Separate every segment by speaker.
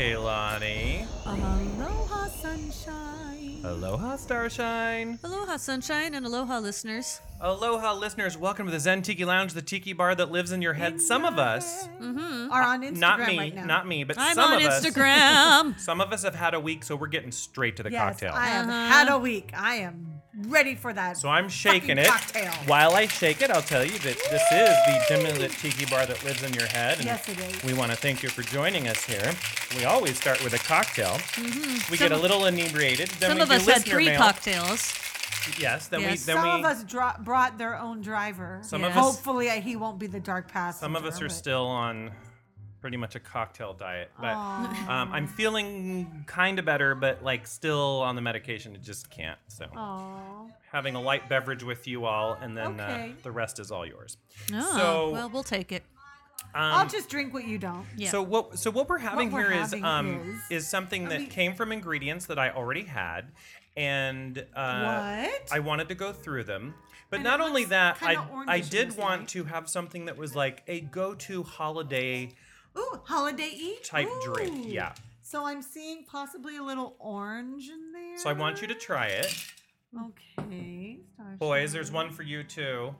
Speaker 1: Milani.
Speaker 2: Aloha, sunshine.
Speaker 1: Aloha, Starshine.
Speaker 2: Aloha, sunshine, and aloha, listeners.
Speaker 1: Aloha, listeners. Welcome to the Zen Tiki Lounge, the tiki bar that lives in your head. Some of us,
Speaker 3: are on Instagram
Speaker 1: Uh, not me,
Speaker 3: right now.
Speaker 1: not me, but
Speaker 2: I'm
Speaker 1: some
Speaker 2: on
Speaker 1: of us,
Speaker 2: Instagram.
Speaker 1: some of us have had a week, so we're getting straight to the
Speaker 3: yes,
Speaker 1: cocktail.
Speaker 3: I have
Speaker 2: Uh-huh.
Speaker 3: had a week. I am ready for that.
Speaker 1: so I'm shaking
Speaker 3: fucking
Speaker 1: it.
Speaker 3: Cocktail.
Speaker 1: While I shake it, I'll tell you that this is the dimly lit tiki bar that lives in your head. And
Speaker 3: Yes, it is.
Speaker 1: We want to thank you for joining us here. We always start with a cocktail.
Speaker 3: Mm-hmm.
Speaker 1: We get
Speaker 2: Some-
Speaker 1: a little inebriated. Then
Speaker 2: Some
Speaker 1: we
Speaker 2: of
Speaker 1: do
Speaker 2: us had
Speaker 1: listener
Speaker 2: three
Speaker 1: mail.
Speaker 2: cocktails.
Speaker 1: Yes. Then
Speaker 2: Yes.
Speaker 1: we then
Speaker 3: Some
Speaker 1: we
Speaker 3: of us dro- brought their own driver.
Speaker 1: Some
Speaker 2: of Yes. us-
Speaker 3: Hopefully, uh, he won't be the dark passenger.
Speaker 1: Some of us are
Speaker 3: but-
Speaker 1: still on pretty much a cocktail diet, but
Speaker 3: Aw.
Speaker 1: um, I'm feeling kind of better, but like still on the medication. It just can't. So
Speaker 3: Aw.
Speaker 1: having a light beverage with you all, and then
Speaker 3: Okay.
Speaker 1: uh, the rest is all yours.
Speaker 2: Oh,
Speaker 1: So-
Speaker 2: well, we'll take it.
Speaker 3: I'll
Speaker 1: Um,
Speaker 3: just drink what you don't.
Speaker 2: Yeah.
Speaker 1: So what so what we're having
Speaker 3: we're
Speaker 1: here is
Speaker 3: having
Speaker 1: um is,
Speaker 3: is-
Speaker 1: something that
Speaker 3: we-
Speaker 1: came from ingredients that I already had, and uh,
Speaker 3: What?
Speaker 1: I wanted to go through them. But
Speaker 3: And
Speaker 1: not
Speaker 3: it
Speaker 1: only
Speaker 3: looks
Speaker 1: that, I
Speaker 3: kinda
Speaker 1: I
Speaker 3: orangish
Speaker 1: did
Speaker 3: and
Speaker 1: want
Speaker 3: light.
Speaker 1: to have something that was like a go to holiday.
Speaker 3: Ooh, holiday eat
Speaker 1: Type drink,
Speaker 3: Ooh.
Speaker 1: yeah.
Speaker 3: So I'm seeing possibly a little orange in there.
Speaker 1: So I want you to try it.
Speaker 3: Okay. Starshine.
Speaker 1: Boys, there's one for you too.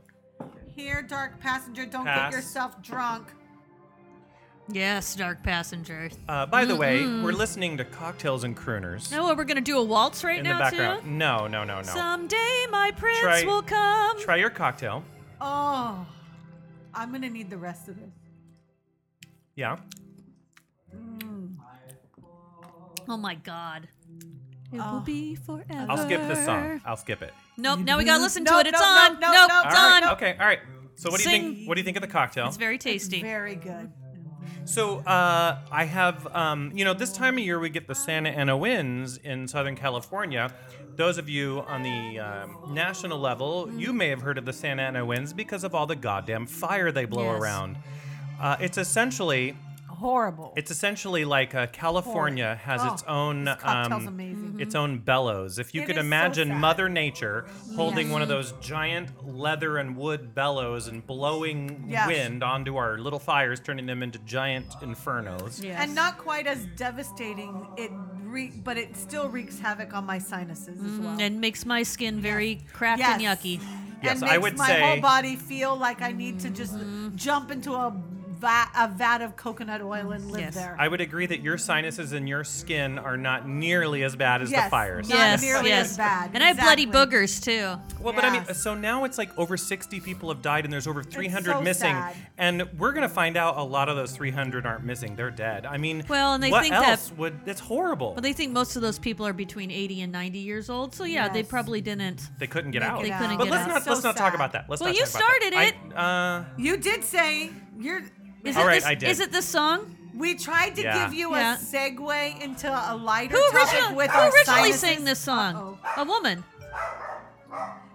Speaker 3: Here, dark passenger. Don't
Speaker 1: Pass.
Speaker 3: get yourself drunk.
Speaker 2: Yes, dark passenger.
Speaker 1: Uh, by the way,
Speaker 2: Mm-hmm.
Speaker 1: we're listening to Cocktails and Crooners
Speaker 2: Oh, we're gonna do a waltz right
Speaker 1: in the
Speaker 2: now
Speaker 1: background.
Speaker 2: too.
Speaker 1: No, no, no, no.
Speaker 2: Someday my prince
Speaker 1: Try-
Speaker 2: will come.
Speaker 1: Try your cocktail.
Speaker 3: Oh, I'm gonna need the rest of this.
Speaker 1: Yeah.
Speaker 2: Oh my God. It
Speaker 3: Oh.
Speaker 2: will be forever.
Speaker 1: I'll skip this song. I'll skip it.
Speaker 2: Nope. Now we gotta listen to
Speaker 3: Mm-hmm. Nope,
Speaker 2: it. It's
Speaker 3: nope,
Speaker 2: on.
Speaker 3: nope, nope,
Speaker 2: nope,
Speaker 3: nope.
Speaker 1: All
Speaker 2: it's
Speaker 1: right.
Speaker 2: on.
Speaker 1: Okay. All right. So what do you
Speaker 2: Sing.
Speaker 1: think? What do you think of the cocktail?
Speaker 2: It's very tasty.
Speaker 3: Very
Speaker 2: Mm-hmm.
Speaker 3: good.
Speaker 1: So uh, I have, um, you know, this time of year we get the Santa Ana winds in Southern California. Those of you on the um, national level,
Speaker 3: Mm-hmm.
Speaker 1: you may have heard of the Santa Ana winds because of all the goddamn fire they blow
Speaker 2: Yes.
Speaker 1: around. Uh, it's essentially
Speaker 3: Horrible.
Speaker 1: It's essentially like uh, California has its
Speaker 3: Oh,
Speaker 1: own
Speaker 3: this cocktail's
Speaker 1: um,
Speaker 3: amazing.
Speaker 1: its own bellows. If you
Speaker 3: Mm-hmm. It
Speaker 1: could
Speaker 3: is so
Speaker 1: imagine
Speaker 3: sad.
Speaker 1: Mother Nature holding one of those giant leather and wood bellows and blowing
Speaker 3: Yes.
Speaker 1: wind onto our little fires, turning them into giant infernos.
Speaker 2: Yes.
Speaker 3: and not quite as devastating. It re- but it still wreaks havoc on my sinuses as well.
Speaker 2: and makes my skin very cracked and
Speaker 3: Yes.
Speaker 2: yucky.
Speaker 1: Yes,
Speaker 3: and
Speaker 1: I
Speaker 3: makes
Speaker 1: would
Speaker 3: my
Speaker 1: say-
Speaker 3: whole body feel like I need to just
Speaker 2: Mm-hmm.
Speaker 3: jump into a vat, a vat of coconut oil and live
Speaker 2: Yes.
Speaker 3: there.
Speaker 1: I would agree that your sinuses and your skin are not nearly as bad as the
Speaker 3: Yes.
Speaker 1: fires.
Speaker 3: Not
Speaker 2: yes,
Speaker 3: nearly
Speaker 2: yes.
Speaker 3: as bad.
Speaker 2: And I have bloody
Speaker 3: Exactly.
Speaker 2: boogers too.
Speaker 1: Well, but I mean,
Speaker 3: Yes.
Speaker 1: so now it's like over 60 people have died and there's over 300
Speaker 3: so
Speaker 1: missing.
Speaker 3: sad.
Speaker 1: And we're going to find out a lot of those 300 aren't missing. They're dead. I mean,
Speaker 2: Well, and they
Speaker 1: what
Speaker 2: think that-
Speaker 1: else would. It's horrible.
Speaker 2: But they think most of those people are between 80 and 90 years old. So yeah, they
Speaker 3: Yes.
Speaker 2: probably didn't.
Speaker 1: They couldn't get
Speaker 3: They
Speaker 1: out.
Speaker 3: couldn't They
Speaker 2: couldn't
Speaker 1: but
Speaker 2: get
Speaker 1: let's
Speaker 2: out.
Speaker 1: not
Speaker 3: So
Speaker 1: let's not talk
Speaker 3: sad.
Speaker 1: about that. Let's
Speaker 2: Well,
Speaker 1: not
Speaker 2: you
Speaker 1: talk about that.
Speaker 2: started
Speaker 1: I, uh,
Speaker 3: you did say you're.
Speaker 2: Is
Speaker 1: All
Speaker 2: it
Speaker 1: right,
Speaker 2: this,
Speaker 1: I did.
Speaker 2: Is it this song?
Speaker 3: We tried to
Speaker 1: Yeah.
Speaker 3: give you
Speaker 2: Yeah.
Speaker 3: a segue into a lighter
Speaker 2: Who
Speaker 3: topic
Speaker 2: originally,
Speaker 3: with
Speaker 2: who
Speaker 3: our
Speaker 2: originally
Speaker 3: sinuses.
Speaker 2: sang this song? A woman.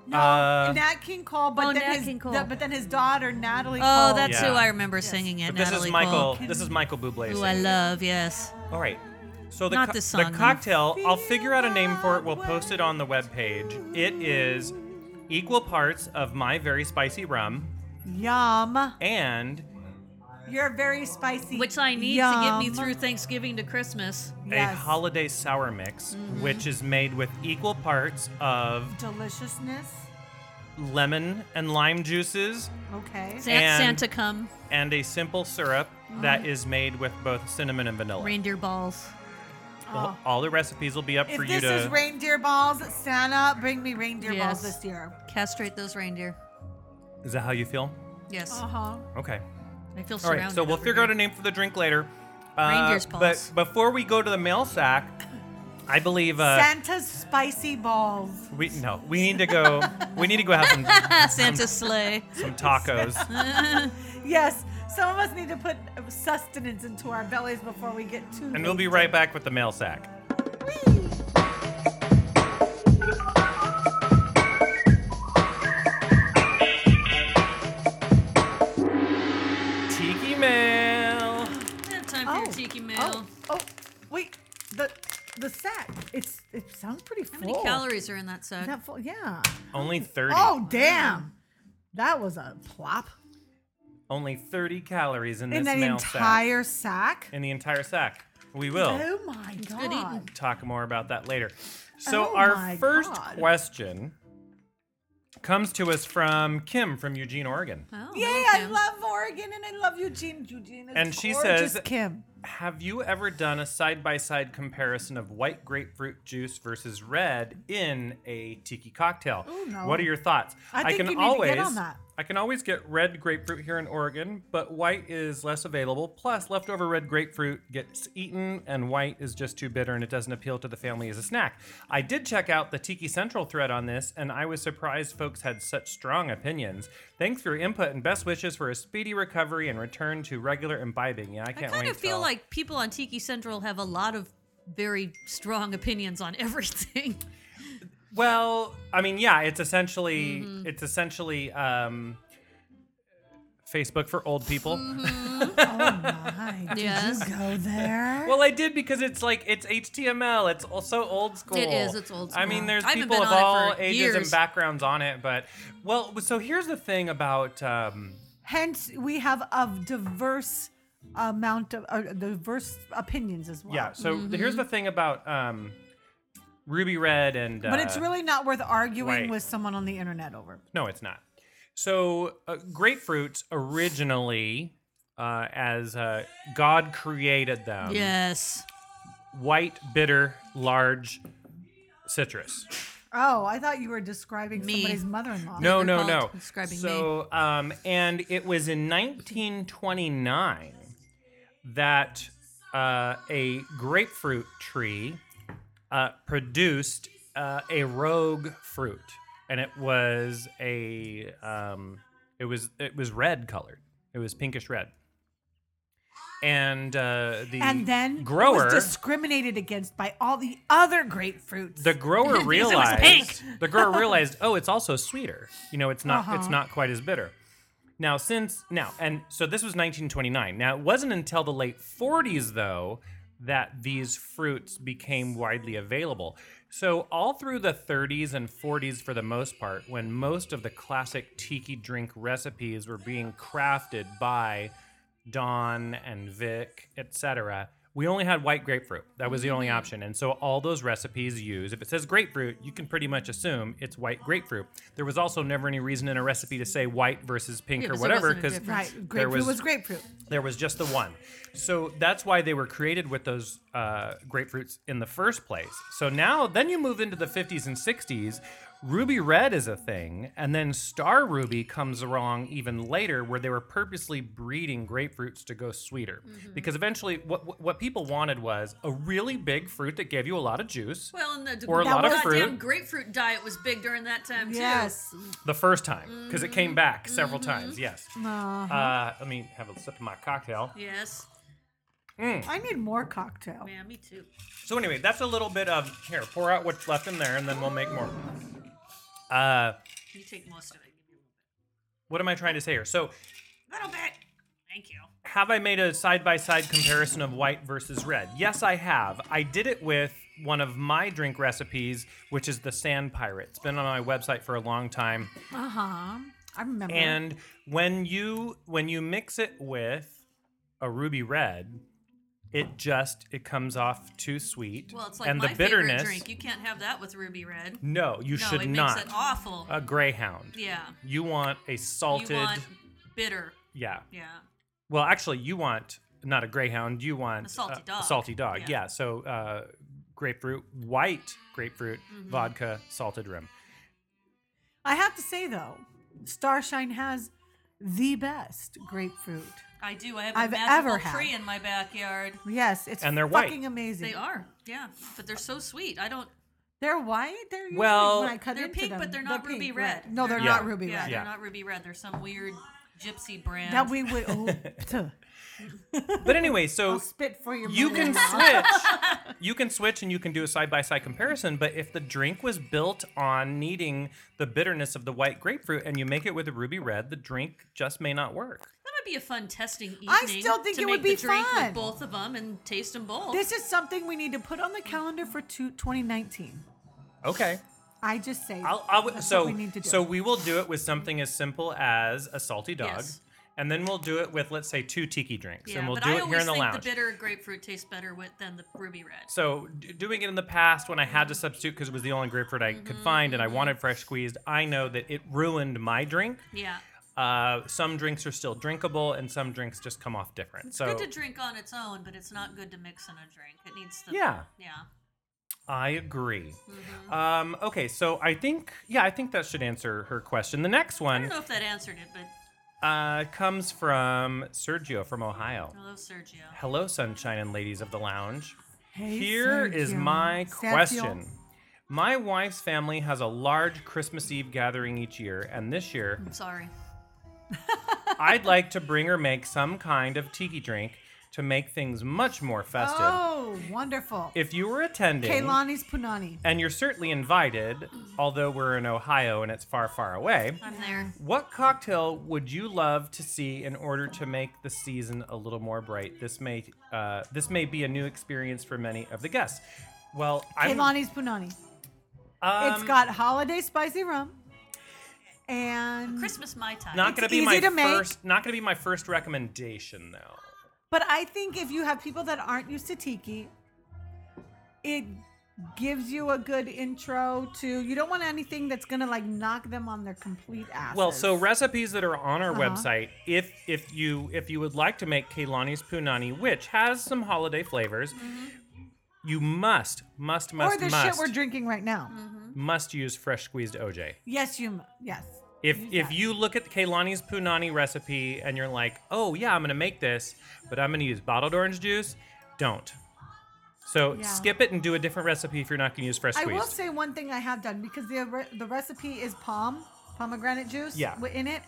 Speaker 3: No,
Speaker 1: Uh,
Speaker 3: Nat King Cole, but
Speaker 2: Oh,
Speaker 3: then
Speaker 2: Nat
Speaker 3: his
Speaker 2: King Cole.
Speaker 3: th- but then his daughter Natalie.
Speaker 2: Oh,
Speaker 3: Cole.
Speaker 2: that's
Speaker 1: Yeah.
Speaker 2: who I remember singing it.
Speaker 1: but this
Speaker 2: Natalie
Speaker 1: is Michael.
Speaker 2: Cole,
Speaker 1: This is Michael Bublé.
Speaker 2: who I
Speaker 1: singing.
Speaker 2: love. Yes.
Speaker 1: All right. So the
Speaker 2: Not
Speaker 1: co-
Speaker 2: this song,
Speaker 1: the
Speaker 2: though.
Speaker 1: cocktail. I'll figure out a name for it. We'll post it on the webpage. It is equal parts of my very spicy rum
Speaker 3: Yum!
Speaker 1: and
Speaker 3: You're very spicy.
Speaker 2: Which I need to get
Speaker 3: Yum.
Speaker 2: me through Thanksgiving to Christmas.
Speaker 3: Yes.
Speaker 1: a holiday sour mix, which is made with equal parts of
Speaker 3: deliciousness.
Speaker 1: lemon and lime juices
Speaker 3: Okay.
Speaker 2: Sa-
Speaker 1: And-
Speaker 2: Santa come,
Speaker 1: and a simple syrup that is made with both cinnamon and vanilla.
Speaker 2: reindeer balls.
Speaker 1: Well, all the recipes will be up for
Speaker 3: If
Speaker 1: you
Speaker 3: this
Speaker 1: to.
Speaker 3: is reindeer balls, Santa, bring me reindeer
Speaker 2: Yes.
Speaker 3: balls this year.
Speaker 2: Castrate those reindeer.
Speaker 1: Is that how you feel?
Speaker 2: Yes.
Speaker 3: Uh huh.
Speaker 1: Okay.
Speaker 2: I feel
Speaker 1: All
Speaker 2: surrounded.
Speaker 1: right. So we'll
Speaker 2: over
Speaker 1: figure
Speaker 2: here.
Speaker 1: out a name for the drink later. Uh,
Speaker 2: Reindeer's paws.
Speaker 1: But before we go to the mail sack, I believe uh,
Speaker 3: Santa's spicy balls.
Speaker 1: we no we need to go. we need to go have some
Speaker 2: Ah, Santa's sleigh.
Speaker 1: some tacos.
Speaker 3: Yes. Some of us need to put sustenance into our bellies before we get too.
Speaker 1: And we'll be right back with the mail sack. Tiki mail.
Speaker 2: I have time for
Speaker 3: Oh.
Speaker 2: your tiki mail.
Speaker 3: Oh, oh, wait. The the sack. It's it sounds pretty full.
Speaker 2: How many calories are in that sack?
Speaker 3: Not full. Yeah.
Speaker 1: Only thirty.
Speaker 3: Oh damn. That was a plop
Speaker 1: Only thirty calories in this
Speaker 3: in an
Speaker 1: mail sack.
Speaker 3: entire sack.
Speaker 1: In the entire sack. We will
Speaker 3: Oh my
Speaker 2: good eating.
Speaker 3: god.
Speaker 1: talk more about that later. So
Speaker 3: Oh
Speaker 1: our
Speaker 3: my
Speaker 1: first
Speaker 3: God.
Speaker 1: question comes to us from Kim from Eugene, Oregon.
Speaker 2: Oh,
Speaker 3: Yay,
Speaker 2: hello,
Speaker 3: I
Speaker 2: Kim.
Speaker 3: love Oregon and I love Eugene. Eugene is
Speaker 1: And she
Speaker 3: gorgeous.
Speaker 1: says-
Speaker 3: Kim.
Speaker 1: Have you ever done a side-by-side comparison of white grapefruit juice versus red in a tiki cocktail?
Speaker 3: Ooh, no.
Speaker 1: What are your thoughts?
Speaker 3: I think
Speaker 1: can
Speaker 3: you need to
Speaker 1: always
Speaker 3: get on that.
Speaker 1: I can always get red grapefruit here in Oregon, but white is less available. Plus, leftover red grapefruit gets eaten, and white is just too bitter and it doesn't appeal to the family as a snack. I did check out the Tiki Central thread on this, and I was surprised folks had such strong opinions. Thanks for your input and best wishes for a speedy recovery and return to regular imbibing. Yeah, I
Speaker 2: I
Speaker 1: can't
Speaker 2: kind
Speaker 1: wait.
Speaker 2: of feel
Speaker 1: till-
Speaker 2: like people on Tiki Central have a lot of very strong opinions on everything.
Speaker 1: Well, I mean, yeah, it's essentially
Speaker 2: Mm-hmm.
Speaker 1: it's essentially um, Facebook for old people.
Speaker 2: Mm-hmm.
Speaker 3: Oh my. Did
Speaker 2: Yes.
Speaker 3: you go there?
Speaker 1: Well, I did because it's like it's HTML. It's also old school.
Speaker 2: It is, it's old
Speaker 1: I mean,
Speaker 2: school.
Speaker 1: there's
Speaker 2: I haven't
Speaker 1: people
Speaker 2: been
Speaker 1: of
Speaker 2: on it
Speaker 1: all
Speaker 2: for
Speaker 1: ages and
Speaker 2: years.
Speaker 1: backgrounds on it, but well, so here's the thing about um,
Speaker 3: Hence, we have a diverse amount of uh, diverse opinions as well.
Speaker 1: yeah. So
Speaker 2: Mm-hmm.
Speaker 1: here's the thing about um, Ruby Red and
Speaker 3: But it's
Speaker 1: uh,
Speaker 3: really not worth arguing
Speaker 1: right.
Speaker 3: with someone on the internet over.
Speaker 1: No, it's not. So, uh, grapefruits originally, uh, as uh, God created them,
Speaker 2: yes.
Speaker 1: white, bitter, large citrus.
Speaker 3: Oh, I thought you were describing
Speaker 2: Me.
Speaker 3: somebody's mother-in-law.
Speaker 1: No,
Speaker 2: You're
Speaker 1: no,
Speaker 2: called
Speaker 1: no.
Speaker 2: describing me.
Speaker 1: so, um, and it was in 1929 that uh, a grapefruit tree uh, produced uh, a rogue fruit, and it was a um, it was it was red colored. It was pinkish red. And uh, the
Speaker 3: And then it
Speaker 1: grower
Speaker 3: was discriminated against by all the other grapefruits.
Speaker 1: the grower
Speaker 2: it was pink. Uh-huh.
Speaker 1: realized the grower realized oh it's also sweeter you know it's not it's not quite as bitter now since now and so this was 1929 now it wasn't until the late 40s though that these fruits became widely available so all through the 30s and 40s for the most part when most of the classic tiki drink recipes were being crafted by Don and Vic, etc. We only had white grapefruit. That was the only
Speaker 2: Mm.
Speaker 1: option. And so all those recipes use, if it says grapefruit, you can pretty much assume it's white grapefruit. There was also never any reason in a recipe to say white versus pink
Speaker 2: Yeah,
Speaker 1: or
Speaker 2: 'cause there
Speaker 1: whatever,
Speaker 2: wasn't a
Speaker 1: because
Speaker 2: difference.
Speaker 3: right,
Speaker 1: there
Speaker 3: grapefruit was,
Speaker 1: was-
Speaker 3: grapefruit.
Speaker 1: there was just the one. So that's why they were created with those uh, grapefruits in the first place. So now, then you move into the 50s and 60s. Ruby Red is a thing, and then Star Ruby comes along even later, where they were purposely breeding grapefruits to go sweeter. Because eventually, what what- what people wanted was a really big fruit that gave you a lot of juice
Speaker 2: Well, and the
Speaker 1: Or a
Speaker 2: that
Speaker 1: lot of
Speaker 2: goddamn
Speaker 1: fruit.
Speaker 2: grapefruit diet was big during that time, too.
Speaker 3: Yes.
Speaker 1: the first time, because it came back several times. Yes. Uh, let me have a sip of my cocktail. Mm.
Speaker 2: Yes.
Speaker 3: I need more cocktail.
Speaker 2: Yeah, me too.
Speaker 1: So anyway, that's a little bit of here. Pour out what's left in there, and then we'll make more. Uh,
Speaker 2: You take most of it. Give me
Speaker 1: what am I trying to say here? So,
Speaker 2: a little bit. Little bit. Thank you.
Speaker 1: have I made a side-by-side comparison of white versus red? Yes, I have. I did it with one of my drink recipes, which is the Sand Pirate. It's been on my website for a long time.
Speaker 3: Uh huh. I
Speaker 2: Mm-hmm.
Speaker 3: remember.
Speaker 1: And when you when you mix it with a ruby red, it just it comes off too sweet.
Speaker 2: Well, it's like
Speaker 1: and
Speaker 2: my
Speaker 1: the bitterness.
Speaker 2: favorite drink. You can't have that with ruby red.
Speaker 1: No, you
Speaker 2: no,
Speaker 1: should
Speaker 2: it
Speaker 1: not.
Speaker 2: makes it awful.
Speaker 1: A greyhound.
Speaker 2: yeah.
Speaker 1: You want a salted.
Speaker 2: You want bitter.
Speaker 1: yeah.
Speaker 2: Yeah.
Speaker 1: Well, actually, you want not a greyhound. You want
Speaker 2: A salty
Speaker 1: uh,
Speaker 2: dog.
Speaker 1: salty dog. Yeah.
Speaker 2: Yeah.
Speaker 1: So uh, grapefruit, white grapefruit,
Speaker 2: Mm-hmm.
Speaker 1: vodka, salted rim.
Speaker 3: I have to say though, Starshine has the best grapefruit.
Speaker 2: I do. I have
Speaker 3: I've
Speaker 2: a magical
Speaker 3: ever had.
Speaker 2: tree in my backyard.
Speaker 3: Yes, it's
Speaker 1: And they're white.
Speaker 3: fucking amazing.
Speaker 2: They are. Yeah. But they're so sweet. I don't.
Speaker 3: They're white. They're usually
Speaker 1: Well-
Speaker 3: when I cut
Speaker 2: They're
Speaker 3: into
Speaker 2: pink,
Speaker 3: them,
Speaker 2: but they're not ruby
Speaker 3: pink,
Speaker 2: red.
Speaker 3: right. No, they're
Speaker 1: Yeah.
Speaker 3: not ruby
Speaker 2: yeah,
Speaker 3: red.
Speaker 1: Yeah.
Speaker 2: They're not ruby red. They're some weird gypsy brand.
Speaker 3: That we would. Oh, tuh.
Speaker 1: But anyway, so
Speaker 3: I'll spit for your.
Speaker 1: you
Speaker 3: mother
Speaker 1: can
Speaker 3: in law.
Speaker 1: switch. You can switch, and you can do a side by side comparison. But if the drink was built on needing the bitterness of the white grapefruit, and you make it with a ruby red, the drink just may not work.
Speaker 2: That might be a fun testing evening.
Speaker 3: I still think
Speaker 2: to
Speaker 3: it
Speaker 2: make
Speaker 3: would be
Speaker 2: the drink
Speaker 3: fun.
Speaker 2: With both of them and taste them both.
Speaker 3: This is something we need to put on the calendar for two, 2019.
Speaker 1: Okay.
Speaker 3: I just say.
Speaker 1: I'll, I'll,
Speaker 3: that's
Speaker 1: so
Speaker 3: what we need to do.
Speaker 1: so we will do it with something as simple as a salty dog,
Speaker 2: Yes.
Speaker 1: and then we'll do it with let's say two tiki drinks,
Speaker 2: Yeah,
Speaker 1: and we'll
Speaker 2: but
Speaker 1: do
Speaker 2: I
Speaker 1: it
Speaker 2: always
Speaker 1: here in the
Speaker 2: think
Speaker 1: lounge.
Speaker 2: the bitter grapefruit tastes better with than the ruby red.
Speaker 1: So d- doing it in the past when I had
Speaker 2: Mm-hmm.
Speaker 1: to substitute because it was the only grapefruit I could find and I wanted fresh squeezed, I know that it ruined my drink.
Speaker 2: Yeah.
Speaker 1: Uh, some drinks are still drinkable and some drinks just come off different.
Speaker 2: It's
Speaker 1: so
Speaker 2: good to drink on its own, but it's not good to mix in a drink. It needs the
Speaker 1: Yeah.
Speaker 2: Yeah.
Speaker 1: I agree.
Speaker 2: mm-hmm.
Speaker 1: Um, okay, so I think yeah, I think that should answer her question. The next
Speaker 2: I don't
Speaker 1: one
Speaker 2: know if that answered it, but
Speaker 1: uh, comes from Sergio from Ohio.
Speaker 2: I love Sergio.
Speaker 1: Hello, sunshine and ladies of the lounge.
Speaker 3: Hey,
Speaker 1: Here is
Speaker 3: Sergio.
Speaker 1: my
Speaker 3: Sergio.
Speaker 1: question. My wife's family has a large Christmas Eve gathering each year, and this year
Speaker 2: I'm sorry.
Speaker 1: I'd like to bring or make some kind of tiki drink to make things much more festive.
Speaker 3: Oh, wonderful.
Speaker 1: If you were attending,
Speaker 3: Kaylani's Punani.
Speaker 1: and you're certainly invited, although we're in Ohio and it's far, far away,
Speaker 2: I'm there.
Speaker 1: what cocktail would you love to see in order to make the season a little more bright? This may uh, this may be a new experience for many of the guests. Well, I'm
Speaker 3: Kaylani's Punani.
Speaker 1: um,
Speaker 3: it's got holiday spicy rum and
Speaker 2: Christmas Mai Tai.
Speaker 1: not
Speaker 3: It's
Speaker 1: going to be
Speaker 3: easy
Speaker 1: my
Speaker 3: to make.
Speaker 1: first not going to be my first recommendation though.
Speaker 3: But I think if you have people that aren't used to tiki, it gives you a good intro to. You don't want anything that's gonna like knock them on their complete ass.
Speaker 1: Well, so recipes that are on
Speaker 3: Uh-huh.
Speaker 1: our website, if if you if you would like to make Kaylani's punani, which has some holiday flavors, you must must
Speaker 3: Mm-hmm. or
Speaker 1: must
Speaker 3: the
Speaker 1: must Mm-hmm.
Speaker 3: shit we're drinking right now.
Speaker 1: must use fresh squeezed OJ.
Speaker 3: Yes, you. mu- Yes.
Speaker 1: If
Speaker 3: Use
Speaker 1: if
Speaker 3: that.
Speaker 1: you look at Kaylani's punani recipe and you're like, "Oh yeah, I'm going to make this, but I'm going to use bottled orange juice," don't. So
Speaker 3: Yeah.
Speaker 1: skip it and do a different recipe if you're not going to use fresh
Speaker 3: I
Speaker 1: squeezed.
Speaker 3: will say one thing I have done because the re- the recipe is palm pomegranate juice
Speaker 1: Yeah.
Speaker 3: wi- in it.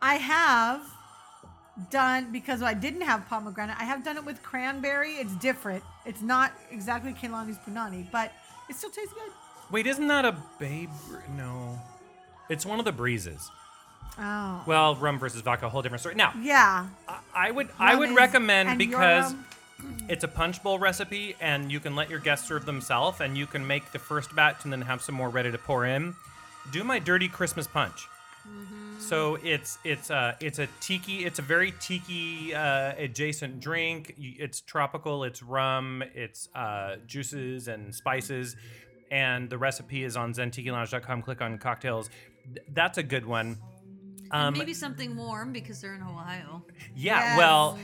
Speaker 3: I have done because I didn't have pomegranate. I have done it with cranberry. It's different. It's not exactly Kehlani's punani, but it still tastes good.
Speaker 1: Wait, isn't that a babe? No, it's one of the breezes.
Speaker 3: Oh.
Speaker 1: Well, rum versus vodka, whole different story. Now,
Speaker 3: Yeah.
Speaker 1: I- I would I
Speaker 3: Rum
Speaker 1: would
Speaker 3: is-
Speaker 1: recommend
Speaker 3: and your um,
Speaker 1: because
Speaker 3: rum-
Speaker 1: it's a punch bowl recipe, and you can let your guests serve themselves, and you can make the first batch and then have some more ready to pour in. Do my dirty Christmas punch.
Speaker 3: Mm-hmm.
Speaker 1: So it's it's a it's a tiki it's a very tiki uh, adjacent drink. Y- It's tropical. It's rum. It's uh, juices and spices, and the recipe is on zentikilounge.com. Click on cocktails. Th- That's a good one. Um,
Speaker 2: Maybe something warm because they're in Ohio.
Speaker 1: yeah,
Speaker 3: Yes.
Speaker 1: well,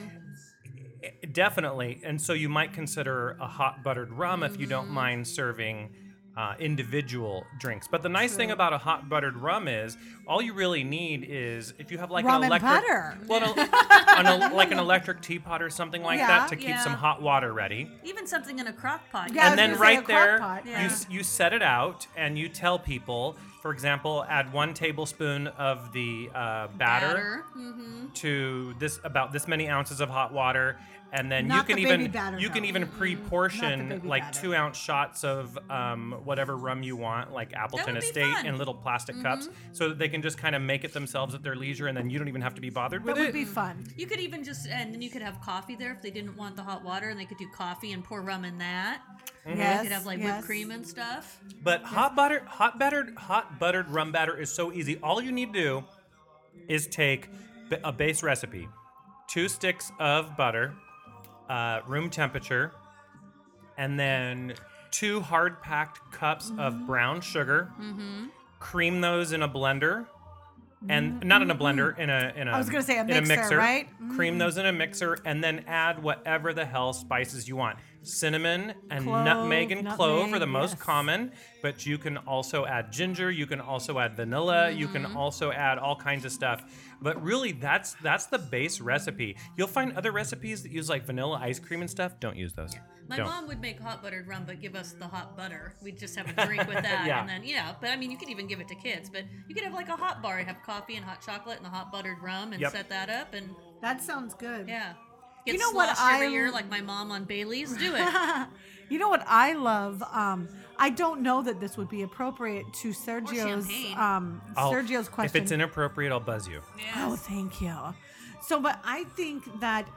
Speaker 1: eh, definitely. And so you might consider a hot buttered rum if you
Speaker 3: Mm-hmm.
Speaker 1: don't mind serving uh, individual drinks. But the nice thing about a hot buttered rum is all you really need is if you have like
Speaker 3: Rum
Speaker 1: an
Speaker 3: and
Speaker 1: electric,
Speaker 3: butter.
Speaker 1: well, an, el- an el- like an electric teapot or something like
Speaker 3: Yeah.
Speaker 1: that to keep some
Speaker 2: Yeah.
Speaker 1: hot water ready.
Speaker 2: Even something in a crock pot.
Speaker 3: Yeah, I was
Speaker 1: and then
Speaker 3: gonna say
Speaker 1: right
Speaker 3: a crock
Speaker 1: there,
Speaker 3: pot.
Speaker 1: you
Speaker 2: Yeah.
Speaker 1: s- you set it out and you tell people. For example, add one tablespoon of the uh,
Speaker 2: Batter. Mm-hmm.
Speaker 1: to this about this many ounces of hot water and then
Speaker 3: Not
Speaker 1: you can
Speaker 3: the
Speaker 1: even
Speaker 3: baby batter,
Speaker 1: you can
Speaker 3: though.
Speaker 1: even
Speaker 3: Not the
Speaker 1: pre-portion
Speaker 3: baby
Speaker 1: like
Speaker 3: batter.
Speaker 1: two ounce shots of um, whatever rum you want like appleton
Speaker 2: would be
Speaker 1: estate
Speaker 2: fun.
Speaker 1: in little plastic cups
Speaker 3: Mm-hmm.
Speaker 1: so that they can just kind of make it themselves at their leisure and then you don't even have to be bothered
Speaker 3: that
Speaker 1: with
Speaker 3: would
Speaker 1: it
Speaker 3: be fun.
Speaker 2: You could even just, and then you could have coffee there if they didn't want the hot water, and they could do coffee and pour rum in that.
Speaker 3: Yes.
Speaker 2: they could have Mm-hmm. like
Speaker 3: yes.
Speaker 2: whipped cream and stuff.
Speaker 1: but hot butter hot battered hot buttered rum batter is so easy all you need to do is take b- a base recipe two sticks of butter uh, room temperature and then two hard packed cups
Speaker 3: Mm-hmm.
Speaker 1: of brown sugar. Cream those in a blender, and not in a blender, in a in a.
Speaker 3: Mm-hmm. was gonna say a
Speaker 1: in
Speaker 3: mixer, right? Mm-hmm.
Speaker 1: Cream those in a mixer, and then add whatever the hell spices you want. Cinnamon and nutmeg
Speaker 3: Clove,
Speaker 1: and clove are
Speaker 3: nutmeg,
Speaker 1: the most
Speaker 3: yes.
Speaker 1: common, but you can also add ginger. You can also add vanilla. You can
Speaker 3: Mm-hmm.
Speaker 1: also add all kinds of stuff. But really, that's that's the base recipe. You'll find other recipes that use like vanilla ice cream and stuff. Don't use those.
Speaker 2: My
Speaker 1: Don't.
Speaker 2: mom would make hot buttered rum, but give us the hot butter. We'd just have a drink with that,
Speaker 1: Yeah.
Speaker 2: and then you know. But I mean, you could even give it to kids. But you could have like a hot bar and have coffee and hot chocolate and the hot buttered rum, and
Speaker 1: Yep.
Speaker 2: set that up, and
Speaker 3: That sounds good.
Speaker 2: yeah. Get
Speaker 3: know what
Speaker 2: sloshed every
Speaker 3: I'm-
Speaker 2: year like my mom on Bailey's. Do it.
Speaker 3: You know what I love? Um, I don't know that this would be appropriate to Sergio's
Speaker 2: champagne.
Speaker 3: um,
Speaker 1: I'll-
Speaker 3: Sergio's question.
Speaker 1: Oh, If it's inappropriate, I'll buzz you.
Speaker 3: Oh, thank you. So, but I think that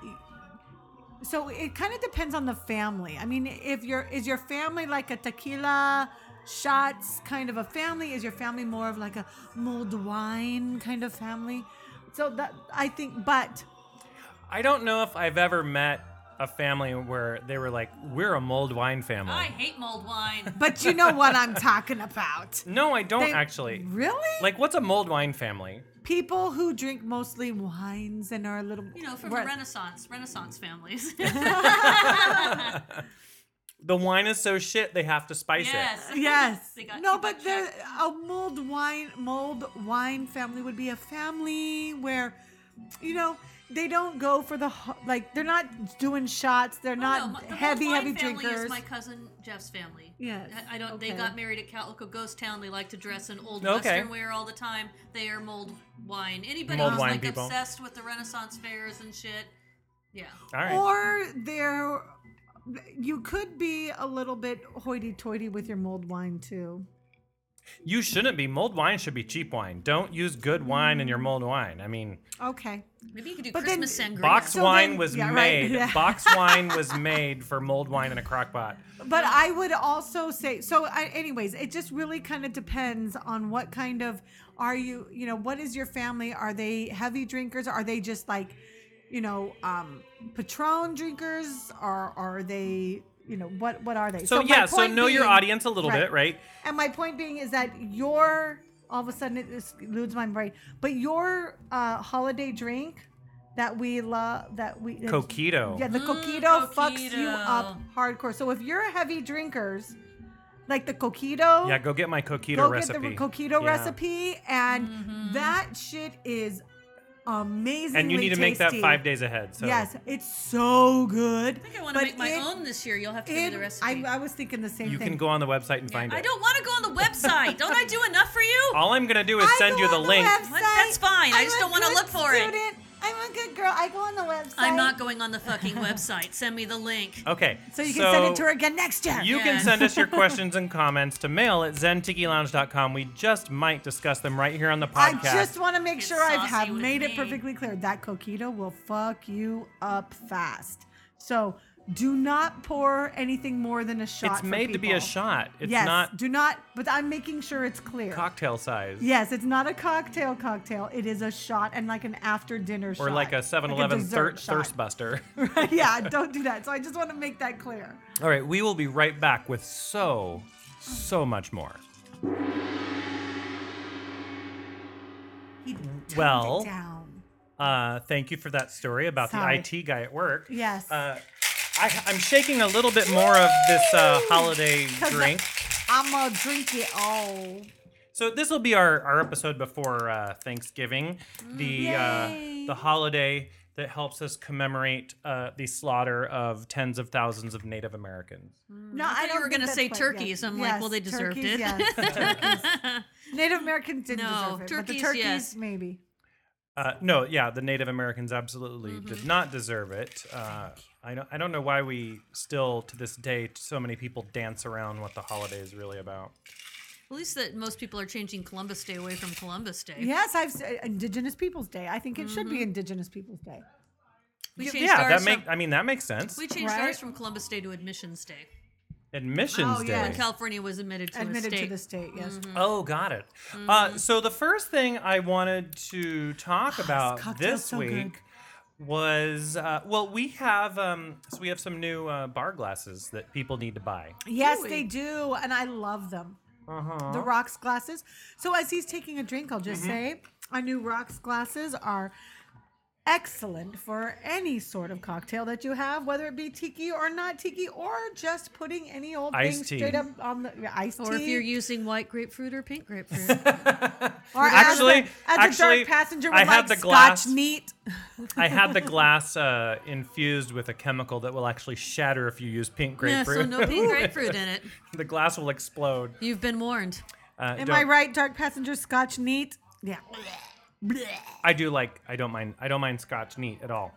Speaker 3: so it kind of depends on the family. I mean, if your is your family like a tequila shots kind of a family? Is your family more of like a mulled wine kind of family? So that I think, but
Speaker 1: I don't know if I've ever met a family where they were like, "We're a mulled wine family."
Speaker 2: I hate mulled wine.
Speaker 3: but you know what I'm talking about.
Speaker 1: no, I don't
Speaker 3: They-
Speaker 1: actually.
Speaker 3: Really?
Speaker 1: Like, what's a mulled wine family?
Speaker 3: people who drink mostly wines and are a little
Speaker 2: You know, from
Speaker 3: Right.
Speaker 2: the Renaissance, Renaissance families.
Speaker 1: The wine is so shit they have to spice it.
Speaker 2: yes.
Speaker 3: Yes.
Speaker 2: They got
Speaker 3: no,
Speaker 2: too
Speaker 3: but
Speaker 2: much
Speaker 3: there,
Speaker 2: of-
Speaker 3: a mulled wine mulled wine family would be a family where, you know, they don't go for the ho- like. They're not doing shots. They're
Speaker 2: Oh, No,
Speaker 3: not
Speaker 2: my- the
Speaker 3: heavy,
Speaker 2: Mulled
Speaker 3: heavy
Speaker 2: Wine family
Speaker 3: drinkers.
Speaker 2: Is my cousin Jeff's family.
Speaker 3: Yes,
Speaker 2: I, I don't.
Speaker 3: okay.
Speaker 2: They got married at Calico Ghost Town. They like to dress in old
Speaker 1: Okay.
Speaker 2: Western wear all the time. They are mulled wine. Anybody
Speaker 1: Mulled
Speaker 2: who's
Speaker 1: wine
Speaker 2: like
Speaker 1: people.
Speaker 2: obsessed with the Renaissance fairs and shit. Yeah.
Speaker 1: All right.
Speaker 3: Or they're, you could be a little bit hoity-toity with your mulled wine too.
Speaker 1: you shouldn't be. Mulled wine should be cheap wine. Don't use good wine in your
Speaker 3: Mm.
Speaker 1: mulled wine. I mean,
Speaker 3: Okay.
Speaker 2: Maybe you could do
Speaker 3: But then-
Speaker 2: Christmas sangria.
Speaker 1: box
Speaker 3: So
Speaker 1: wine
Speaker 3: then-
Speaker 1: was
Speaker 3: yeah, right,
Speaker 1: made.
Speaker 3: yeah.
Speaker 1: Box wine was made for mulled wine in a crock pot.
Speaker 3: But I would also say so. I, anyways, it just really kind of depends on what kind of are you. You know, what is your family? Are they heavy drinkers? Are they just like, you know, um, Patron drinkers? Or are they? You know, what what are they?
Speaker 1: So,
Speaker 3: my
Speaker 1: yeah, so
Speaker 3: point
Speaker 1: know your
Speaker 3: being-
Speaker 1: audience a little
Speaker 3: right.
Speaker 1: bit, right?
Speaker 3: And my point being is that your all of a sudden it just eludes my brain. But your uh, holiday drink that we love that we that-
Speaker 1: Coquito.
Speaker 3: yeah, the
Speaker 2: Mm,
Speaker 3: coquito, fucks you up
Speaker 2: coquito.
Speaker 3: hardcore. So if you're a heavy drinkers, like the coquito,
Speaker 1: Yeah, go get my coquito
Speaker 3: go
Speaker 1: recipe.
Speaker 3: get the coquito
Speaker 1: Yeah.
Speaker 3: recipe, and
Speaker 2: Mm-hmm.
Speaker 3: that shit is amazing.
Speaker 1: And you need to make that five days ahead. So
Speaker 3: Yes, it's so good.
Speaker 2: I think I want to make my own this year. You'll have to give me the recipe.
Speaker 3: I, I was thinking the same
Speaker 1: you
Speaker 3: thing.
Speaker 1: can go on the website and find it.
Speaker 2: I don't want to go on the website. don't I do enough for you?
Speaker 1: All I'm gonna do is
Speaker 3: I
Speaker 1: send
Speaker 3: go
Speaker 1: you the
Speaker 3: on
Speaker 1: link.
Speaker 3: website.
Speaker 2: What? That's fine. I
Speaker 3: I'm
Speaker 2: just
Speaker 3: a
Speaker 2: don't wanna
Speaker 3: good
Speaker 2: look for it.
Speaker 3: student. I'm a good girl. I go on the website.
Speaker 2: I'm not going on the fucking website. Send me the link.
Speaker 1: Okay.
Speaker 3: So you can send it to her again next year.
Speaker 1: You can
Speaker 2: Yes.
Speaker 1: send us your questions and comments to mail at zentikilounge.com. We just might discuss them right here on the
Speaker 3: I
Speaker 1: podcast.
Speaker 3: just want to make
Speaker 2: Get
Speaker 3: sure I
Speaker 2: saucy
Speaker 3: have
Speaker 2: with
Speaker 3: made it
Speaker 2: me.
Speaker 3: perfectly clear that coquito will fuck you up fast. So do not pour anything more than a shot.
Speaker 1: it's
Speaker 3: for
Speaker 1: made to be a
Speaker 3: people.
Speaker 1: shot. It's
Speaker 3: yes.
Speaker 1: not
Speaker 3: do not. But I'm making sure it's clear.
Speaker 1: cocktail size.
Speaker 3: Yes, it's not a cocktail cocktail. It is a shot and like an after dinner shot.
Speaker 1: Or like a 7-Eleven thir-
Speaker 3: dessert shot.
Speaker 1: thirst buster.
Speaker 3: yeah, don't do that. So I just want to make that clear.
Speaker 1: All right, we will be right back with so, so much more.
Speaker 3: He toned
Speaker 1: Well-
Speaker 3: it down.
Speaker 1: Uh, thank you for that story about
Speaker 3: Sorry.
Speaker 1: the IT guy at work.
Speaker 3: Yes.
Speaker 1: Uh, I, I'm shaking a little bit more of this uh, holiday
Speaker 3: 'Cause I-
Speaker 1: drink.
Speaker 3: I'm gonna drink it all.
Speaker 1: So this will be our, our episode before uh, Thanksgiving, the
Speaker 3: Yay.
Speaker 1: uh, the holiday that helps us commemorate uh, the slaughter of tens of thousands of Native Americans.
Speaker 3: No, I,
Speaker 2: thought you
Speaker 3: don't
Speaker 2: were
Speaker 3: think
Speaker 2: gonna
Speaker 3: that's
Speaker 2: say
Speaker 3: what-
Speaker 2: turkeys. I'm like, well, they deserved
Speaker 3: turkeys,
Speaker 2: it.
Speaker 3: Yes, turkeys. Native Americans didn't
Speaker 2: No,
Speaker 3: deserve it, but the
Speaker 2: turkeys,
Speaker 3: turkeys
Speaker 2: yes.
Speaker 3: maybe.
Speaker 1: Uh, no, yeah, the Native Americans absolutely
Speaker 3: Mm-hmm.
Speaker 1: did not deserve it. Uh, I don't I don't know why we still to this day so many people dance around what the holiday is really about.
Speaker 2: At least that most people are changing Columbus Day away from Columbus Day.
Speaker 3: Yes, I've said Indigenous Peoples Day. I think it should
Speaker 2: Mm-hmm.
Speaker 3: be Indigenous Peoples Day.
Speaker 2: We
Speaker 3: Yeah,
Speaker 2: changed
Speaker 1: Yeah,
Speaker 2: ours
Speaker 1: that make
Speaker 2: from,
Speaker 1: I mean that makes sense.
Speaker 2: we changed
Speaker 3: Right.
Speaker 2: ours from Columbus Day to Admissions Day.
Speaker 1: Admissions
Speaker 3: Oh,
Speaker 1: day.
Speaker 3: yes.
Speaker 2: When California was admitted to a
Speaker 3: Admitted
Speaker 2: state. Mm-hmm.
Speaker 3: to the state, yes.
Speaker 1: Oh, got it.
Speaker 3: Mm-hmm.
Speaker 1: Uh, so the first thing I wanted to talk about
Speaker 3: Oh, cocktail's
Speaker 1: this
Speaker 3: so good.
Speaker 1: week was uh, well, we have um, so we have some new uh, bar glasses that people need to buy.
Speaker 3: Yes,
Speaker 2: Really?
Speaker 3: they do, and I love them. The
Speaker 1: Uh-huh.
Speaker 3: rocks glasses. So as he's taking a drink, I'll
Speaker 1: Mm-hmm.
Speaker 3: just say our new rocks glasses are excellent for any sort of cocktail that you have, whether it be tiki or not tiki, or just putting any old
Speaker 1: Iced
Speaker 3: thing
Speaker 1: tea.
Speaker 3: straight up on the yeah, iced
Speaker 2: or
Speaker 3: tea.
Speaker 2: if you're using white grapefruit or pink grapefruit.
Speaker 3: Or
Speaker 1: Actually-
Speaker 3: as the, as
Speaker 1: actually,
Speaker 3: the dark passenger would
Speaker 1: I had
Speaker 3: like,
Speaker 1: the glass-
Speaker 3: Scotch neat.
Speaker 1: I had the glass uh, infused with a chemical that will actually shatter if you use pink
Speaker 2: yeah,
Speaker 1: grapefruit.
Speaker 2: so no pink grapefruit in it.
Speaker 1: the glass will explode.
Speaker 2: You've been warned.
Speaker 1: Uh,
Speaker 3: Am
Speaker 1: don't- Oh.
Speaker 3: I right? Dark passenger, Scotch neat. Yeah.
Speaker 1: I do like. I don't mind. I don't mind Scotch neat at all.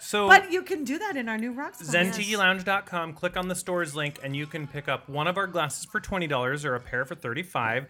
Speaker 1: So
Speaker 3: But you can do that in our new rocks. glass.
Speaker 1: E zentilounge.com click on the stores link and you can pick up one of our glasses for $20 or a pair for 35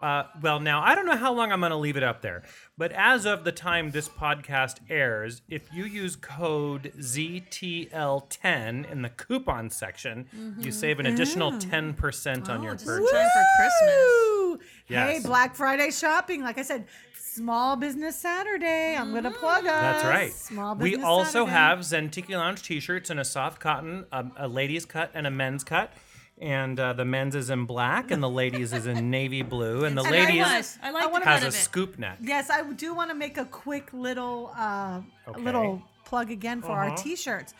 Speaker 1: uh, well now i don't know how long i'm going to leave it up there but as of the time this podcast airs if you use code ztl10 in the coupon section you save an additional 10% on
Speaker 2: Mm-hmm. Oh,
Speaker 1: your
Speaker 2: just
Speaker 1: purchase
Speaker 2: in time for Christmas.
Speaker 3: Woo! Woo!
Speaker 1: Yes.
Speaker 3: Hey, Black Friday shopping. Like I said, Small Business Saturday. I'm
Speaker 2: Mm-hmm.
Speaker 3: gonna plug us.
Speaker 1: That's right.
Speaker 3: Small
Speaker 1: we
Speaker 3: Business.
Speaker 1: also
Speaker 3: Saturday.
Speaker 1: have Zentiki Lounge t-shirts in a soft cotton, a, a ladies' cut, and a men's cut. And uh, the men's is in black, and the ladies is in navy blue, and the
Speaker 2: And I
Speaker 1: ladies
Speaker 2: was. I like
Speaker 3: I
Speaker 2: the
Speaker 3: wanna-
Speaker 2: cut
Speaker 1: has
Speaker 2: of
Speaker 1: a
Speaker 2: it.
Speaker 1: scoop neck.
Speaker 3: Yes, I do want to make a quick little uh,
Speaker 1: Okay.
Speaker 3: little plug again for our t-shirts.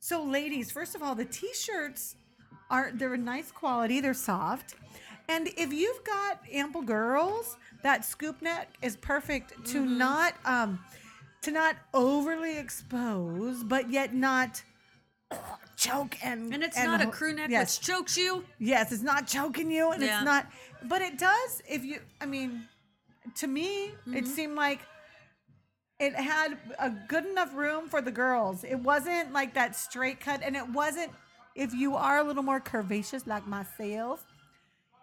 Speaker 3: So, ladies, first of all, the t-shirts are they're a nice quality, they're soft, and if you've got ample girls, that scoop net is perfect to not um, to not overly expose, but yet not choke and
Speaker 2: And it's not a
Speaker 3: ho-
Speaker 2: crew neck
Speaker 3: Yes,
Speaker 2: which chokes you.
Speaker 3: yes, it's not choking you, and
Speaker 2: Yeah.
Speaker 3: it's not, but it does. If you, I mean, to me, it seemed like it had a good enough room for the girls. It wasn't like that straight cut, and it wasn't. If you are a little more curvaceous, like myself,